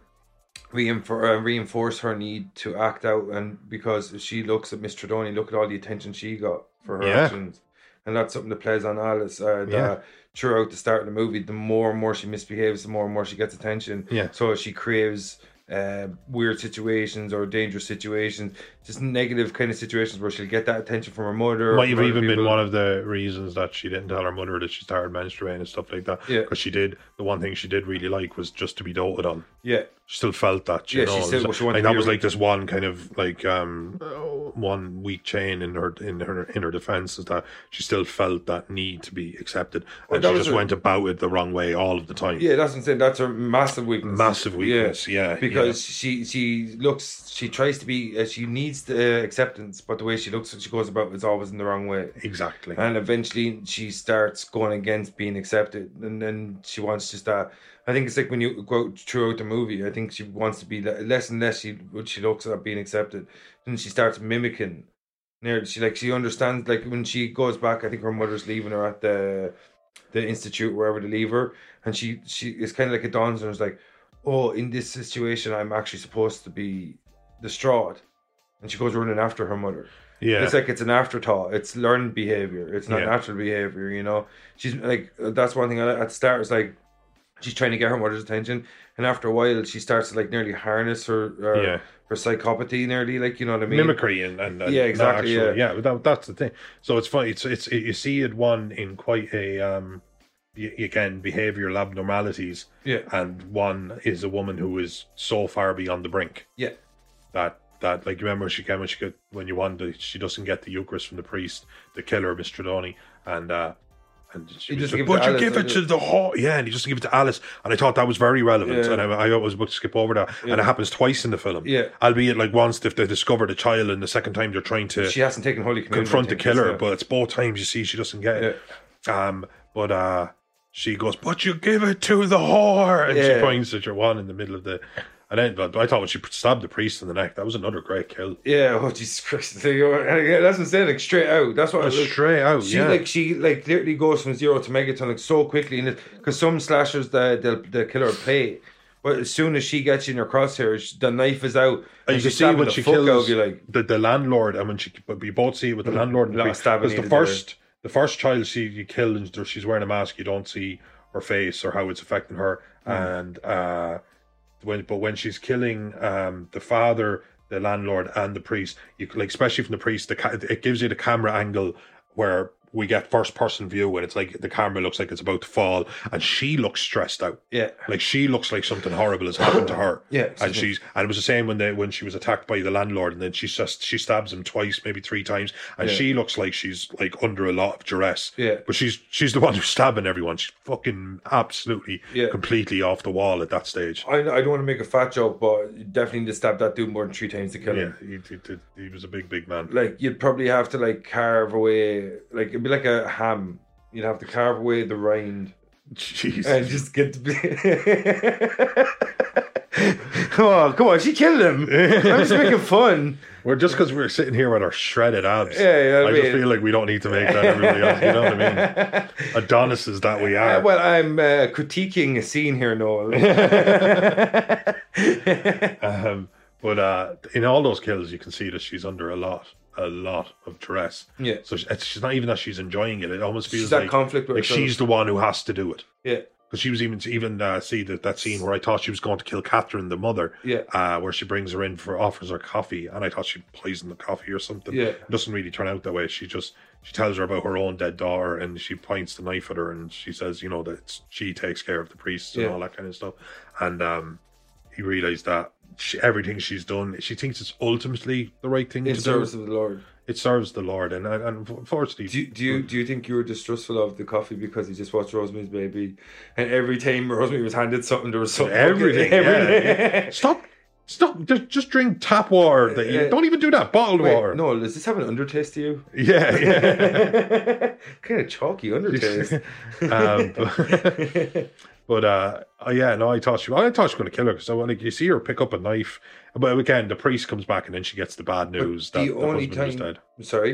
reinfor- uh, reinforce her need to act out and because if she looks at miss Tredoni look at all the attention she got for her Yeah. actions and that's something that plays on Alice uh, that Yeah. throughout the start of the movie the more and more she misbehaves the more and more she gets attention Yeah. so she craves uh, weird situations or dangerous situations just negative kind of situations where she'll get that attention from her mother or Might have from other even been people. one of the reasons that she didn't tell her mother that she started menstruating and stuff like that. Yeah. because she did. The one thing she did really like was just to be doted on. yeah She still felt that. You Yeah, know? she still- It was she wanted like to that be was a- like this one kind of like um oh, one weak chain in her in her in her defense is that she still felt that need to be accepted, and that she was just her- went about it the wrong way all of the time. Yeah, that's what I'm saying. That's her massive weakness. Massive weakness, yeah, because she she looks, she tries to be, uh, she needs the acceptance, but the way she looks, she goes about is always in the wrong way. exactly. And eventually, she starts going against being accepted, and then she wants just that I think it's like when you go throughout the movie. I think she wants to be le- less and less. She when she looks at being accepted, and she starts mimicking. Nerd. She like she understands like when she goes back. I think her mother's leaving her at the the institute wherever they leave her, and she she it's kind of like it dawns and it's like, oh, in this situation, I'm actually supposed to be distraught, and she goes running after her mother. Yeah. It's like it's an afterthought. It's learned behavior. It's not Yeah. natural behavior. You know, she's like that's one thing. I, at the start, it's like she's trying to get her mother's attention, and after a while, she starts to like nearly harness her her, Yeah. her psychopathy. Nearly, like you know what I mean? mimicry and, and, and Yeah, not exactly, actually- yeah, but that, that's the thing. So it's funny. It's it's you see it one in quite a um y- again behavioral abnormalities, Yeah, and one is a woman who is so far beyond the brink yeah, that that like you remember she came when she got when you won the she doesn't get the Eucharist from the priest, the killer, Mr. Donny, and uh and she He was doesn't like, give it to but you Alice, give it does to he?" the whore, yeah, and he doesn't give it to Alice, and I thought that was very relevant, Yeah. and I, I was about to skip over that, and it happens twice in the film, Yeah. albeit like once if they discover the child, and the second time they're trying to She hasn't taken holy communion. confront I the think, killer, yeah. but it's both times you see she doesn't get it. Um, but uh, she goes, "But you give it to the whore," and she Yeah. points at your one in the middle of the. And then, but I thought when she stabbed the priest in the neck, that was another great kill. yeah, oh Jesus Christ! *laughs* So you're- and again, That's what I'm saying. Like straight out. That's what I was. Straight out, She yeah. like she like literally goes from zero to megaton like so quickly, and because some slashers the the the killer will play, but as soon as she gets you in her crosshairs, the knife is out. and you she's can see stabbing when the she fuck kills out of you, like the, the landlord, and when she, but you both see it with the landlord and the Lot of priest. stabbing Because the needed there. first, the first child she you kill, and there- she's wearing a mask, you don't see her face or how it's affecting her. And uh, when, but when she's killing um, the father, the landlord, and the priest, you can- like especially from the priest, the ca- it gives you the camera angle where we get first person view, and it's like the camera looks like it's about to fall, and she looks stressed out. yeah, Like she looks like something horrible has happened to her. Yeah, and certainly. she's and it was the same when they when she was attacked by the landlord, and then she just she stabs him twice, maybe three times, and Yeah. she looks like she's like under a lot of duress. Yeah. but she's she's the one who's stabbing everyone. She's fucking absolutely Yeah. completely off the wall at that stage. I, I don't want to make a fat joke, but you definitely need to stab that dude more than three times to kill Yeah, him. he, he, he- he was a big big man. Like you'd probably have to like carve away, like it'd be like a ham. You'd have to carve away the rind Jeez. and *laughs* just get. To be... come on, come on! She killed *laughs* him. I'm just making fun. We're just because we're sitting here with our shredded abs. Yeah, yeah, I, I just mean- feel like we don't need to make that everybody else. You know what *laughs* I mean? Adonis is that we are. Uh, well, I'm uh, critiquing a scene *laughs* here, Noel. *laughs* Um, but uh, in all those kills, you can see that she's under a lot, a lot of stress. Yeah. So she, it's, she's not even that she's enjoying it. It almost feels She's at like conflict with like herself. she's the one who has to do it. yeah, Because she was even even uh, see that that scene where I thought she was going to kill Catherine, the mother. Yeah. Uh, where she brings her in for offers her coffee, and I thought she poisoned the coffee or something. Yeah. It doesn't really turn out that way. She just she tells her about her own dead daughter, and she points the knife at her, and she says, you know, that it's- she takes care of the priests and Yeah. all that kind of stuff. And um, you realize that she, everything she's done, she thinks it's ultimately the right thing in to service do. of the Lord. It serves the Lord, and and, and unfortunately, Do you, do you do you think you were distrustful of the coffee because you just watched Rosemary's Baby, and every time Rosemary was handed something, there was something everything. *laughs* fucking- yeah, yeah. Stop. Stop. Just, just drink tap water. That you, Uh, don't even do that. Bottled water. Wait, Noel, does this have an undertaste *laughs* to you? *laughs* Yeah. yeah. kind *laughs* of chalky undertaste. um, *laughs* but but uh, oh, yeah, no, I thought she. I thought she was going to kill her because like you see her pick up a knife. But again, the priest comes back and then she gets the bad news that the the only husband was time, dead. *laughs* sorry.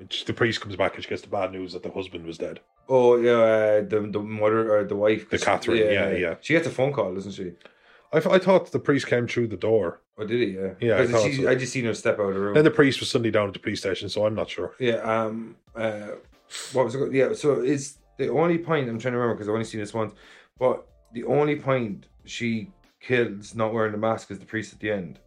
It's- The priest comes back and she gets the bad news that the husband was dead. Oh yeah, uh, the the mother or the wife, The Catherine, yeah, yeah. She gets a phone call, doesn't she? I, th- I thought the priest came through the door. Oh, did he? Yeah, Yeah, I I, just- thought she- so. I just seen her step out of the room. Then the priest was suddenly down at the police station, so I'm not sure. Yeah. Um. Uh. What was it? called? Yeah. So it's the only point I'm trying to remember because I've only seen this once. But the only point she kills not wearing the mask is the priest at the end.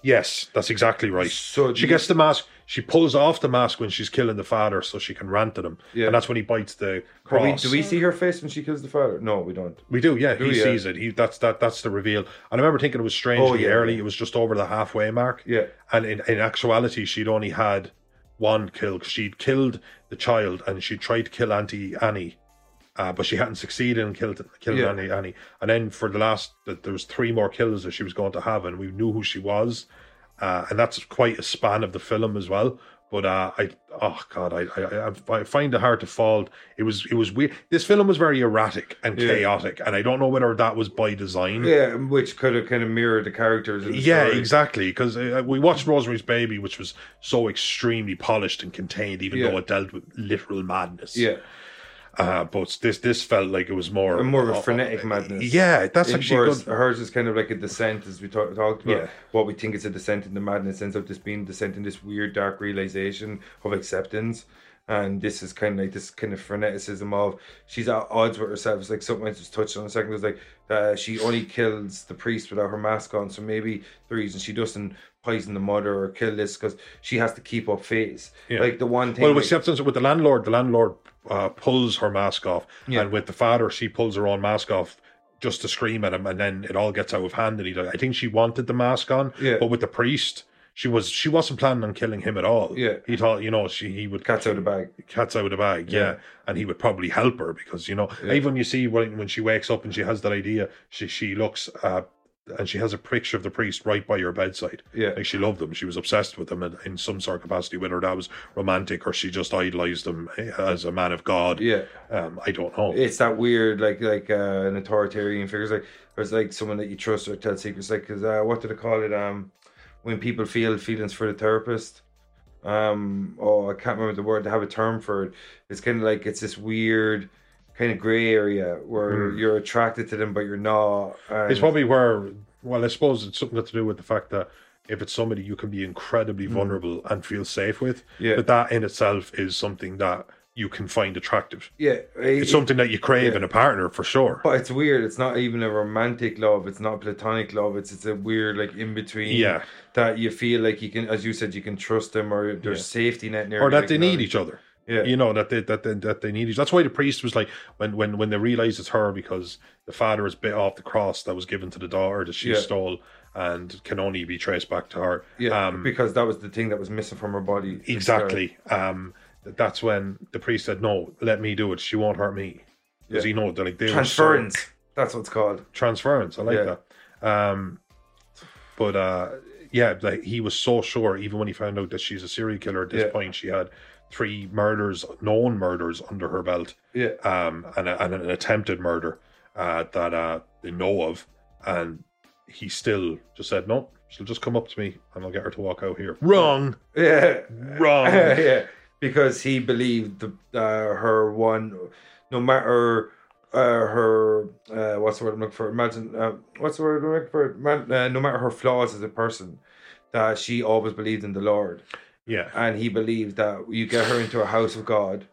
Yes, that's exactly right. So she the- gets the mask. She pulls off the mask when she's killing the father, so she can rant at him. Yeah. And that's when he bites the Do we, cross. do we see her face when she kills the father? No, we don't. We do, yeah. he we, yeah. sees it. He that's that that's the reveal. And I remember thinking it was strangely Oh, yeah, early. yeah. It was just over the halfway mark. Yeah. And in, in actuality, she'd only had one kill 'cause she'd killed the child and she tried to kill Auntie Annie, uh, but she hadn't succeeded in killed, killing Yeah. Auntie Annie. And then for the last, that there was three more kills that she was going to have, and we knew who she was. Uh, and that's quite a span of the film as well, But uh, I, oh god, I, I, I- I find it hard to fault. It was, it was weird. This film was very erratic and Yeah. chaotic, and I don't know whether that was by design. Yeah, which could have kind of mirrored the characters. In the Mm. Yeah, story. exactly. Because uh, we watched Rosemary's Baby, which was so extremely polished and contained, even Yeah. though it dealt with literal madness. Yeah, Uh, but this this felt like it was more and more of a frenetic madness. Yeah, that's It- actually whereas good. Hers is kind of like a descent, as we talk, talked about. Yeah. What we think is a descent into madness ends up just being descent in this weird, dark realization of acceptance. And this is kind of like this kind of freneticism of she's at odds with herself. It's like something I just touched on a second. It was like uh, she only kills the priest without her mask on. So maybe the reason she doesn't poison the mother or kill this because she has to keep up face. Yeah. Like the one thing. Well, like- with Simpsons, with the landlord, the landlord uh, pulls her mask off, Yeah. and with the father, she pulls her own mask off just to scream at him, and then it all gets out of hand. And he, I think she wanted the mask on, Yeah. but with the priest, she was she wasn't planning on killing him at all. Yeah. he thought you know she he would Cat's out of the bag. cats out of the bag, yeah. And he would probably help her because you know, Yeah. even you see when when she wakes up and she has that idea, she she looks uh, and she has a picture of the priest right by her bedside. Yeah. like she loved him. She was obsessed with him in, in some sort of capacity, whether that was romantic or she just idolized him eh, as a man of God. Yeah. um, I don't know. it's that weird like like uh, an authoritarian figure it's like or it's like someone that you trust or tell secrets like because uh, what do they call it um when people feel feelings for the therapist um oh i can't remember the word they have a term for it it's kind of like it's this weird kind of gray area where you're attracted to them but you're not and Hmm. It's probably where, well, I suppose it's something to do with the fact that if it's somebody you can be incredibly vulnerable and feel safe with, Mm. Yeah. that that in itself is something that you can find attractive. yeah It's it- something that you crave yeah. in a partner for sure. but it's weird it's not even a romantic love it's not platonic love it's it's a weird like in between Yeah. that you feel like you can as you said you can trust them or there's safety net near or you, that like, they you know, need each other. Yeah. You know, that they that they, that they need each That's why the priest was like when when when they realize it's her because the father is bit off the cross that was given to the daughter that she Yeah. stole and can only be traced back to her. Yeah, Um, because uh, that was the thing that was missing from her body. exactly. Um that's when the priest said, No, let me do it. She won't hurt me. Because Yeah. he know that like they were so- Transference. That's what it's called. transference. I like Yeah. that. Um, but uh, yeah, like he was so sure, even when he found out that she's a serial killer. At this Yeah. point, she had three murders, known murders, under her belt, Yeah. um, and, a, and an attempted murder uh, that uh, they know of, and he still just said, "No, she'll just come up to me, and I'll get her to walk out here." Wrong, Yeah. Um, wrong. *laughs* yeah. Because he believed the, uh, her one, no matter uh, her, uh, what's the word I'm looking for? Imagine, uh, what's the word I'm looking for? Man, uh, no matter her flaws as a person, that she always believed in the Lord. yeah, And he believed that you get her into a house of God,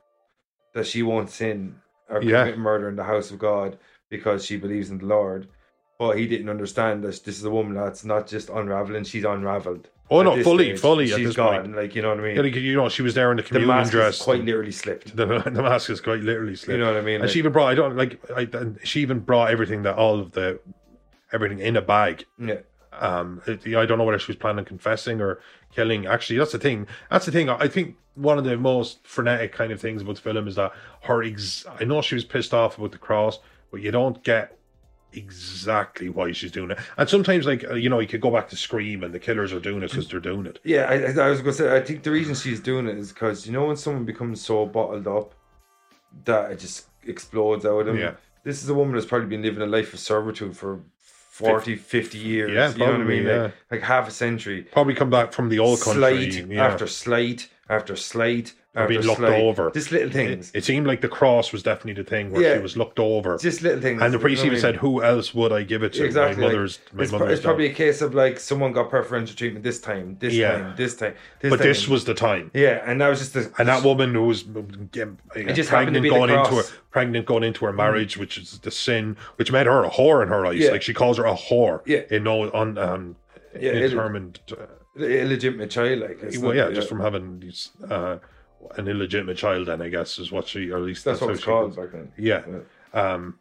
that she won't sin or Yeah. commit murder in the house of God because she believes in the Lord. But he didn't understand that this is a woman that's not just unraveling; she's unraveled. Oh, At no, this fully- fully at she's this gone. point. Like you know what I mean? Yeah, like, you know, she was there in the the communion mask dress, is quite literally *laughs* slipped. the, the mask is quite literally slipped. You know what I mean? and she even brought I don't like I, and she even brought everything that all of the everything in a bag. yeah, Um, it, I don't know whether she was planning on confessing or killing. Actually, that's the thing. That's the thing. I think one of the most frenetic kind of things about the film is that her. Ex- I know she was pissed off about the cross, but you don't get exactly why she's doing it. And sometimes, like uh, you know, you could go back to Scream, and the killers are doing it because they're doing it. yeah. I, I- I was gonna say. I think the reason she's doing it is because you know when someone becomes so bottled up that it just explodes out of them. Yeah. This is a woman that's probably been living a life of servitude for 40, 50 years. Yeah, you know what I probably, mean? yeah. Like, like half a century. Probably come back from the old country slight yeah. after slight after slight after being looked slight. over. Just little It, things. it seemed like the cross was definitely the thing where Yeah. she was looked over. just little things. And the you priest know even what I said, mean? "Who else would I give it to?" Exactly. My like, mother's, my it's, pro- mother's it's probably dog." a case of like someone got preferential treatment this time, this Yeah. time, this time, this but time. this was the time, yeah, and that was just the and that woman who was um, getting- just happened to pregnant be the going into her cross. Mm-hmm. pregnant going into her marriage, which is the sin, which made her a whore in her eyes. Yeah. Like she calls her a whore. Yeah. in no un, um, Yeah, it- indeterminate. uh, illegitimate child. Like, it's well, not- yeah, just from having these, uh, an illegitimate child. Then I guess is what she, or at least that's how what it was she called goes. back then. Yeah. Um,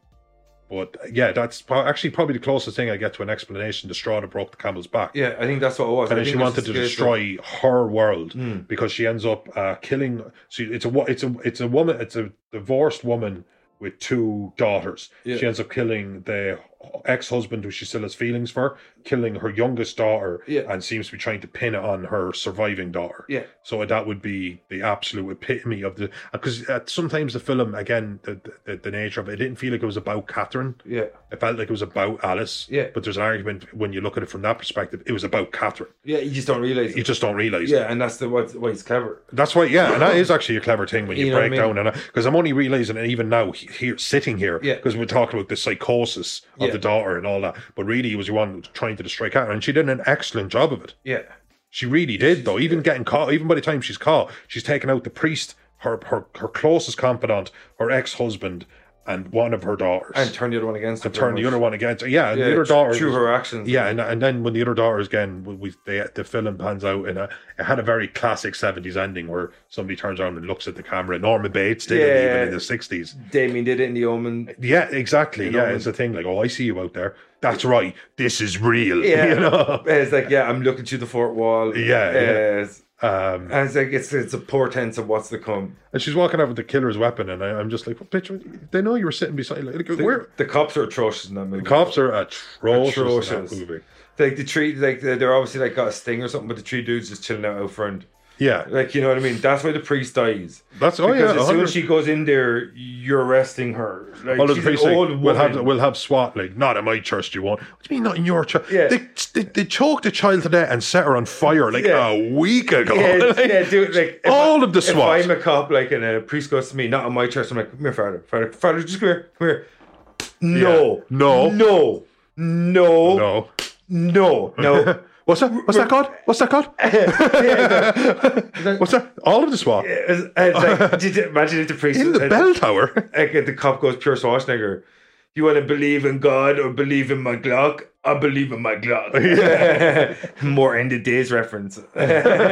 but yeah, that's pro- actually probably the closest thing I get to an explanation. The straw that broke the camel's back. Yeah, I think that's what it was. I and then think she it was wanted just to a case of- destroy her world Hmm. because she ends up uh, killing. She it's a wo- it's a it's a woman it's a divorced woman with two daughters. Yeah. She ends up killing the ex husband, who she still has feelings for, killing her youngest daughter Yeah. and seems to be trying to pin it on her surviving daughter. Yeah. So that would be the absolute epitome of the. Because uh, sometimes the film, again, the, the, the nature of it, it didn't feel like it was about Catherine. Yeah. It felt like it was about Alice. Yeah. But there's an argument when you look at it from that perspective, it was about Catherine. Yeah, you just don't realize. You just don't realize yeah, and that's the what's why it's clever. That's why, yeah, and that is actually a clever thing when you, You know what break I mean? down, and because I'm only realizing it even now he- here, sitting here, Yeah. because we're talking about the psychosis of Yeah. the daughter and all that, but really it was the one trying to destroy Cat, and she did an excellent job of it. Yeah, She really did, though. Even getting caught, even by the time she's caught, she's taken out the priest, her her her closest confidant, her ex husband, and one of her daughters, and turn the other one against. and turn the other one against. her. Yeah, and Yeah, the other tr- daughter through was- her actions. yeah, and, and then when the other daughters again, we, we they, the film pans out and uh, it had a very classic seventies ending where somebody turns around and looks at the camera. Norman Bates did it Yeah. even in the sixties. Damien did it in The Omen. Yeah, exactly. yeah, Norman- it's a thing like, oh, I see you out there. That's right. This is real. *laughs* you Yeah, know. it's like yeah, I'm looking through the fourth wall. Yeah, yeah. Yes. Um, and it's like it's it's a portent of what's to come. and she's walking out with the killer's weapon, and I, I'm just like, well, bitch, they know you were sitting beside. Like, The, where the cops are atrocious in that movie. the cops are atrocious. Atrocious. atrocious. In that movie. like the three, like they're they're obviously like got a sting or something, but the three dudes just chilling out out front. Yeah, Like you know what I mean? That's why the priest dies. that's oh because yeah. as soon 100 as she goes in there, you're arresting her. Like, All of the she's priests an say, old we'll have woman." we'll have SWAT like not in my church. You won't. What do you mean not in your church? Yeah. They, they they choked a child to death and set her on fire like Yeah. a week ago. *laughs* yeah, Like, yeah, dude. Like if all of the if SWAT. I'm a cop, like, and a priest goes to me, not on my church. I'm like, come here, father, father, father, just come here, come here. No, No. no, no, no, no. no, *laughs* no. What's that? What's that called? What's that *laughs* called? *laughs* What's that? All of the SWAT It's, it's *laughs* like, *laughs* did you imagine if the priest in the and- bell tower. *laughs* Like if the cop goes pure Schwarzenegger. You want to believe in God or believe in my Glock? I believe in my *laughs* Glock. More end of days reference. *laughs*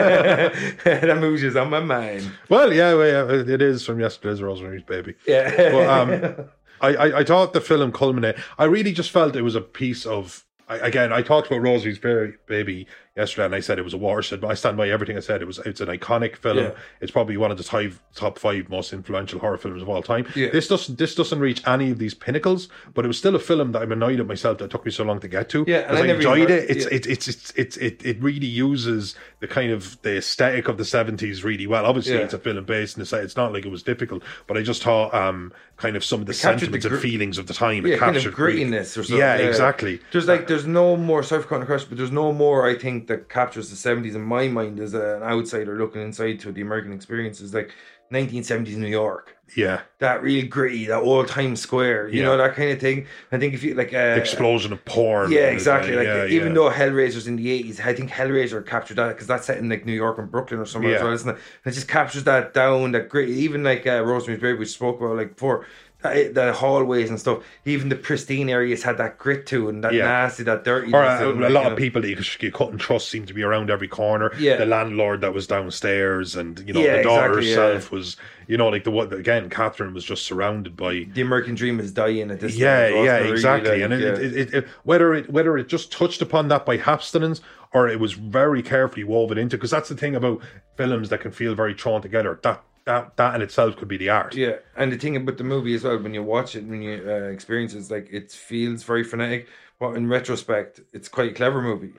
that movie's just on my mind. Well, yeah, well, yeah, it is from yesterday's Rosemary's Baby. Yeah. *laughs* But um, I, I, I thought the film culminated. I really just felt it was a piece of. I, again, I talked about Rosemary's Ba- Baby yesterday, and I said it was a watershed. But I stand by everything I said. It was. It's an iconic film. Yeah. It's probably one of the top top five most influential horror films of all time. Yeah. This doesn't. This doesn't reach any of these pinnacles, but it was still a film that I'm annoyed at myself that took me so long to get to. Yeah, and 'cause I I, never even enjoyed heard- it. It's, yeah. it. it's it's it's it. It really uses the kind of the aesthetic of the '70s really well. Obviously, Yeah. it's a film based in the set. It's not like it was difficult, but I just thought um kind of some of the captured sentiments the gr- and feelings of the time. yeah, it kind captured of grittiness or something. Yeah, exactly. There's like there's no more sorry for cutting across, but there's no more I think that captures the seventies in my mind as an outsider looking inside to the American experience is like nineteen seventies New York. Yeah, That real gritty, that old time square, you Yeah. know, that kind of thing. I think if you like uh, the explosion of porn. Yeah, and exactly. Like everything. uh, Yeah, even yeah. though Hellraiser's in the eighties, I think Hellraiser captured that because that's set in like New York and Brooklyn or somewhere as Yeah. well, isn't it? And it just captures that down, that great. Even like uh, Rosemary's Baby, we spoke about like before, that, the hallways and stuff. Even the pristine areas had that grit to it and that Yeah. nasty, that dirty. Or uh, a lot of people that you, c- you couldn't trust seemed to be around every corner. Yeah. The landlord that was downstairs, and you know Yeah, the daughter exactly, yeah. herself was, you know, like the what again? Catherine was just surrounded by The American dream is dying at this. yeah, stage, wasn't yeah, it, really? exactly. Like, and it, yeah. it, it, it, whether it whether it just touched upon that by abstinence or it was very carefully woven into, because that's the thing about films that can feel very thrown together. That that that in itself could be the art. Yeah, and the thing about the movie as well, when you watch it, when you uh, experience it, it's like it feels very frenetic, but in retrospect, it's quite a clever movie.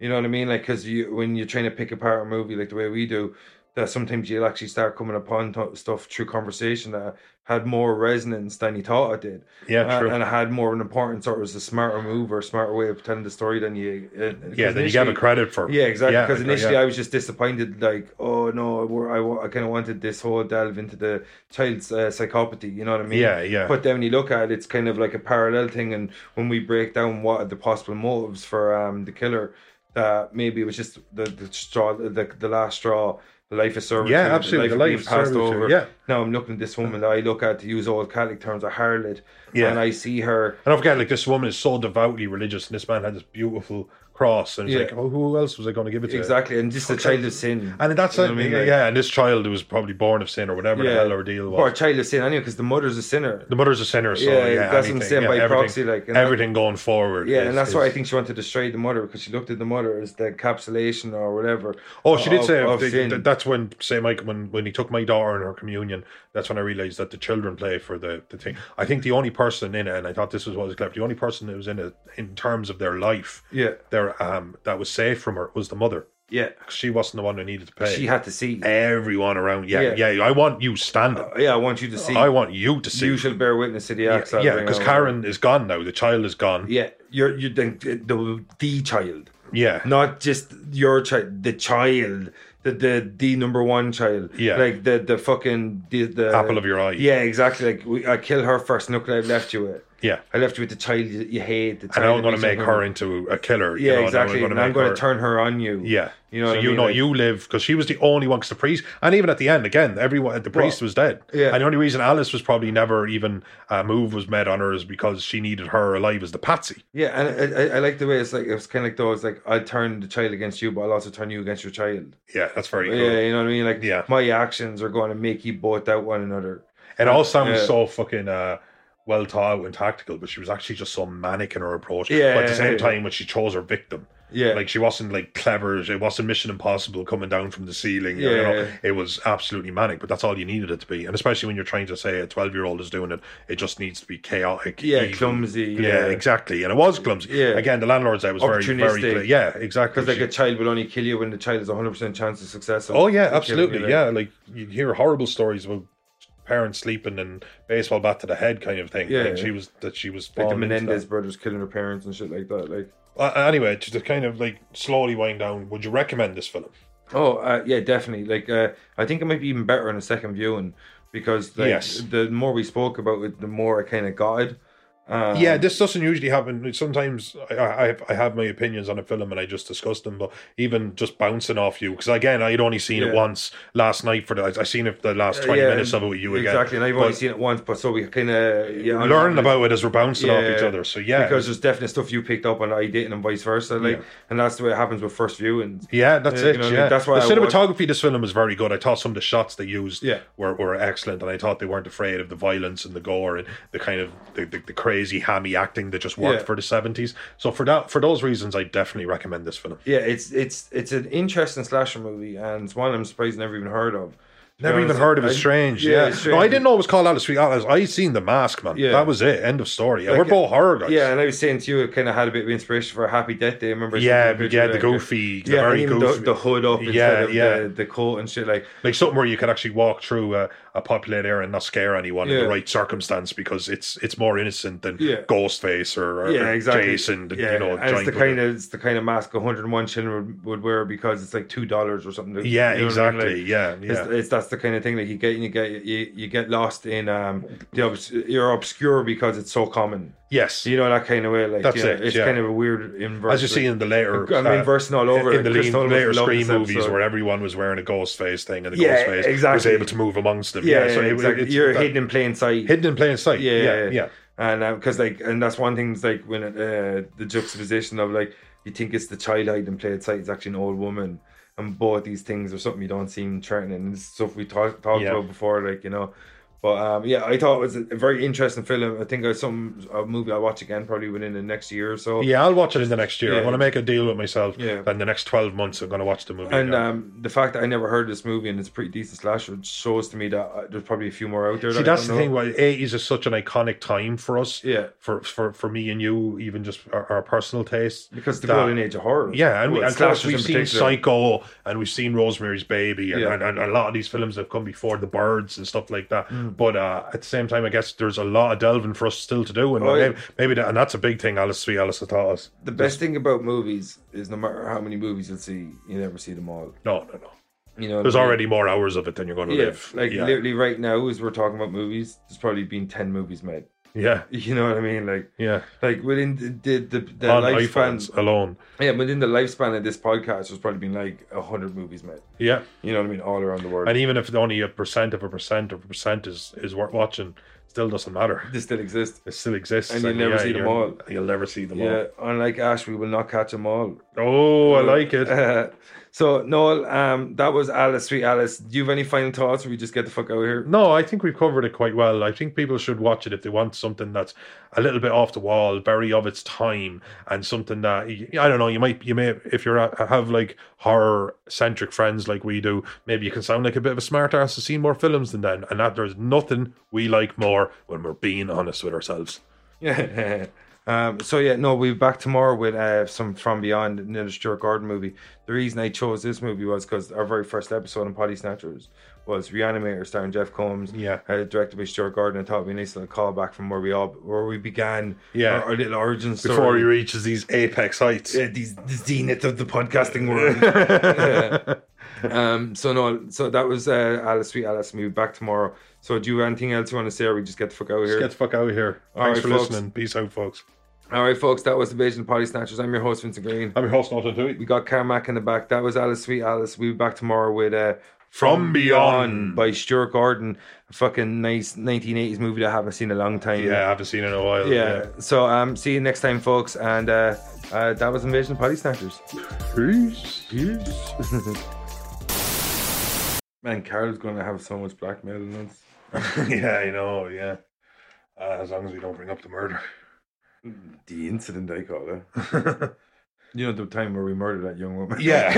You know what I mean? Like, because you when you're trying to pick apart a movie like the way we do, that sometimes you'll actually start coming upon t- stuff through conversation that had more resonance than you thought it did. Yeah, Uh, true. and it had more of an importance, or it was a smarter move or a smarter way of telling the story than you. Uh, 'cause yeah, then you initially- gave it credit for. yeah, exactly. Because agree, initially yeah. I was just disappointed, like, oh no, I wa- I, wa- I kind of wanted this whole delve into the child's uh, psychopathy, you know what I mean? Yeah, yeah. But then when you look at it, it's kind of like a parallel thing. And when we break down what are the possible motives for um, the killer, that maybe it was just the, the straw, the, the last straw. The life of servitude, Yeah, absolutely, The the life, life of of being passed servitude, over. yeah. Now I'm looking at this woman that I look at to use old Catholic terms, a harlot. Yeah. And I see her And I forget, like this woman is so devoutly religious, and this man had this beautiful cross, and it's Yeah. like, oh, who else was I going to give it to? Exactly, and just a child of sin. And that's You it. know what I mean? Like- yeah, and this child who was probably born of sin or whatever the hell our deal was. Or a child of sin anyway, because the mother's a sinner. the mother's a sinner, so Yeah, yeah, that's what I'm anything, saying, yeah, by everything, proxy, like, and that- everything going forward. Yeah, is- and that's why I is- think she wanted to destroy the mother because she looked at the mother as the encapsulation or whatever. Oh, she did of- say of they- sin. th- that's when say Mike when when he took my daughter in her communion. That's when I realized that the children play for the, the thing. I think the only person in it, and I thought this was what was clever. The only person who was in it in terms of their life, Yeah. their um that was safe from her was the mother. yeah, She wasn't the one who needed to pay. she had to see. everyone around. Yeah, Yeah. yeah. I want you standing. yeah, I want you to see. Oh, I want you to see. you shall bear witness to the yeah, acts. I'll yeah, bring because out. Karen is gone now. The child is gone. Yeah, you're you think the the child, Yeah, not just your child, the child, the the the number one child. Yeah. like the the fucking the, the Apple of your eye. Yeah, exactly. Like we, I killed her first. Look, what I left you with. yeah. I left you with the child you, you hate. The And child I'm that going to beat make you. her into a killer. you Yeah, know, and I'm exactly. gonna And I'm make going her- to turn her on you. Yeah, you know. so what I you mean? know Like- you live because she was the only one. Because the priest, and even at the end, again, everyone the priest Well, was dead. yeah. and the only reason Alice was probably never even a move was made on her is because she needed her alive as the patsy. Yeah, and I, I, I like the way it's like it's kind of like though it's like I'll turn the child against you, but I'll also turn you against your child. Yeah, that's very cool. Yeah, you know what I mean. Like Yeah. my actions are going to make you both out one another. It all sounds Yeah. so fucking uh, well thought out and tactical, but she was actually just so manic in her approach. Yeah, but at the yeah, same yeah. time, when she chose her victim, Yeah, like she wasn't like clever. It wasn't Mission Impossible coming down from the ceiling. You Yeah. know, it was absolutely manic. But that's all you needed it to be, and especially when you're trying to say a twelve-year-old is doing it, it just needs to be chaotic. yeah, evil. clumsy. Yeah, exactly. And it was clumsy. Yeah. Again, the landlord's I was very, very Opportunistic. clear. Yeah, exactly. Because like She- a child will only kill you when the child has a hundred percent chance of success. of oh yeah, killing you, absolutely. like- yeah, like you hear horrible stories about parents sleeping and baseball bat to the head kind of thing. Yeah, Like, yeah. she was that she was Like the falling into Menendez that. brothers killing their parents and shit like that. Like, Uh, anyway, to just kind of like slowly wind down. Would you recommend this film? oh uh, yeah, definitely. Like, uh, I think it might be even better on a second viewing because like, Yes. the more we spoke about it, the more I kind of got it. Um, yeah, this doesn't usually happen. Sometimes I, I I have my opinions on a film and I just discuss them, but even just bouncing off you because again I had only seen Yeah. Uh, it once last night for the I, I seen it the last twenty Yeah, minutes of it with you again. Exactly, and I've only But- seen it once, but so we kind of yeah, I'm- learn about it as we're bouncing off each Yeah, other. So yeah, because there's definitely stuff you picked up on I didn't, and vice versa. Like, Yeah. and that's the way it happens with first viewings. yeah, that's Yeah, you it. know what I mean? yeah, That's why the I watch- cinematography of this film was very good. I thought some of the shots they used Yeah. were, were excellent, and I thought they weren't afraid of the violence and the gore and the kind of the, the, the crazy hammy acting that just worked Yeah. for the seventies. So for that for those reasons, I definitely recommend this film. Yeah, it's it's it's an interesting slasher movie, and it's one I'm surprised I never even heard of. To be Never even honest, heard of it. I- Strange. Yeah. it's No, I strange. didn't know it was called Alice Sweet Alice. I seen The Mask, man. Yeah. That was it. End of story. And Like, we're both horror guys. Yeah, and I was saying to you, it kind of had a bit of inspiration for a Happy Death Day. I remember? seeing Yeah, the picture yeah, of the it. goofy, the yeah, very and even goofy. The, the hood up, instead Yeah, of yeah. the, the coat and shit. Like, like something where you can actually walk through a, a populated area and not scare anyone in Yeah. the right circumstance because it's it's more innocent than Yeah. Ghostface or, or yeah, uh, exactly. Jason. yeah, you know, and it's giant the kind of it's the kind of mask 101 children would, would wear because it's like two dollars or something. yeah, You know what I mean? exactly, Like, yeah, yeah. It's, it's that's the kind of thing that you get you get you, you get lost in um the obs- you're obscure because it's so common yes, you know that kind of way like That's you know, it, it's yeah. kind of a weird inverse as you see in the later, uh, I'm inversing all over, in like, the Chris lean- Nolan later loves screen this movies episode. where everyone was wearing a Ghostface thing and the Yeah, Ghostface was exactly. able to move amongst them. yeah, Yeah, so it- exactly it's you're that- hidden in plain sight hidden in plain sight. Yeah, yeah, yeah. and because like and that's one thing's like when it, uh, the juxtaposition of like you think it's the child hiding in plain sight it's actually an old woman and both these things are something you don't seem threatening and it's stuff we talked talked Yeah. about before like you know but um, yeah I thought it was a very interesting film I think it's some a movie I'll watch again probably within the next year or so Yeah, I'll watch it in the next year. Yeah. I want to make a deal with myself. Yeah. that in the next twelve months, I'm going to watch the movie. and again. um, the fact that I never heard of this movie and it's a pretty decent slasher it shows to me that uh, there's probably a few more out there See, that I that's the don't thing. know. Why eighties is such an iconic time for us. Yeah. For for for me and you, even just our, our personal tastes. because the that- golden age of horror Yeah, and, we, Well, and of course slashers we've in seen particular. Psycho, and we've seen Rosemary's Baby, and, Yeah. and, and a lot of these films that have come before, The Birds and stuff like that. Mm. But uh, at the same time, I guess there's a lot of delving for us still to do, and uh, Oh, yeah. maybe, maybe that, and that's a big thing. Alice Sweet Alice has taught us. The best thing about movies is no matter how many movies you'll see, you never see them all. No, no, no. You know, There's like- already more hours of it than you're going to yeah, live. like yeah, literally right now as we're talking about movies, there's probably been ten movies made. *laughs* yeah, You know what I mean? Like, yeah. like within the the, the, the On lifespan, iPhones alone. yeah, within the lifespan of this podcast, there's probably been like hundred movies made. Yeah. You know what I mean? All around the world. And even if only a percent of a percent of a percent is is worth watching, still doesn't matter. They still exist. It still exists. And you'll never see them you're- all. You'll never see them Yeah, unlike Ash, we will not catch them all. all. Oh, I like it. *laughs* so Noel, um, that was Alice, sweet Alice. Do you have any final thoughts? Or we just get the fuck out of here. No, I think we've covered it quite well. I think people should watch it if they want something that's a little bit off the wall, very of its time, and something that I don't know. You might, you may, if you are have like horror centric friends like we do, maybe you can sound like a bit of a smart ass to see more films than them. And that there's nothing we like more when we're being honest with ourselves. Yeah. *laughs* um, so yeah, no, we'll be back tomorrow with uh, some From Beyond, another Stuart Gordon movie. The reason I chose this movie was because our very first episode on Potty Snatchers was Reanimator starring Jeff Combs. Yeah. Uh, directed by Stuart Gordon. I thought it'd be a nice little callback from where we all where we began Yeah. our, our little origin story. Before he reaches these apex heights. Yeah, these the zenith of the podcasting world. *laughs* *laughs* um, so no, so that was uh, Alice, sweet Alice. and We'll be back tomorrow. So do you have anything else you want to say, or we just get the fuck out of Let's here? get the fuck out of here. All Thanks right, for folks. listening. Peace out, folks. All right, folks, that was the Beijing Potty Snatchers. I'm your host Vincent Green. I'm your host, Not Tui. We got Carmack in the back. That was Alice, sweet Alice. We'll be back tomorrow with uh, From Beyond. by Stuart Gordon, a fucking nice 1980s movie that I haven't seen in a long time. Yeah, I haven't seen it in a while. Yeah. So um, see you next time, folks. And uh, uh, that was Invasion of Potty Snatchers. yeah. Peace. Peace. Man, Carol's going to have so much blackmail in us. *laughs* yeah, I know. Yeah, uh, as long as we don't bring up the murder. The incident, I call it. *laughs* you know, the time where we murdered that young *laughs* woman. Yeah.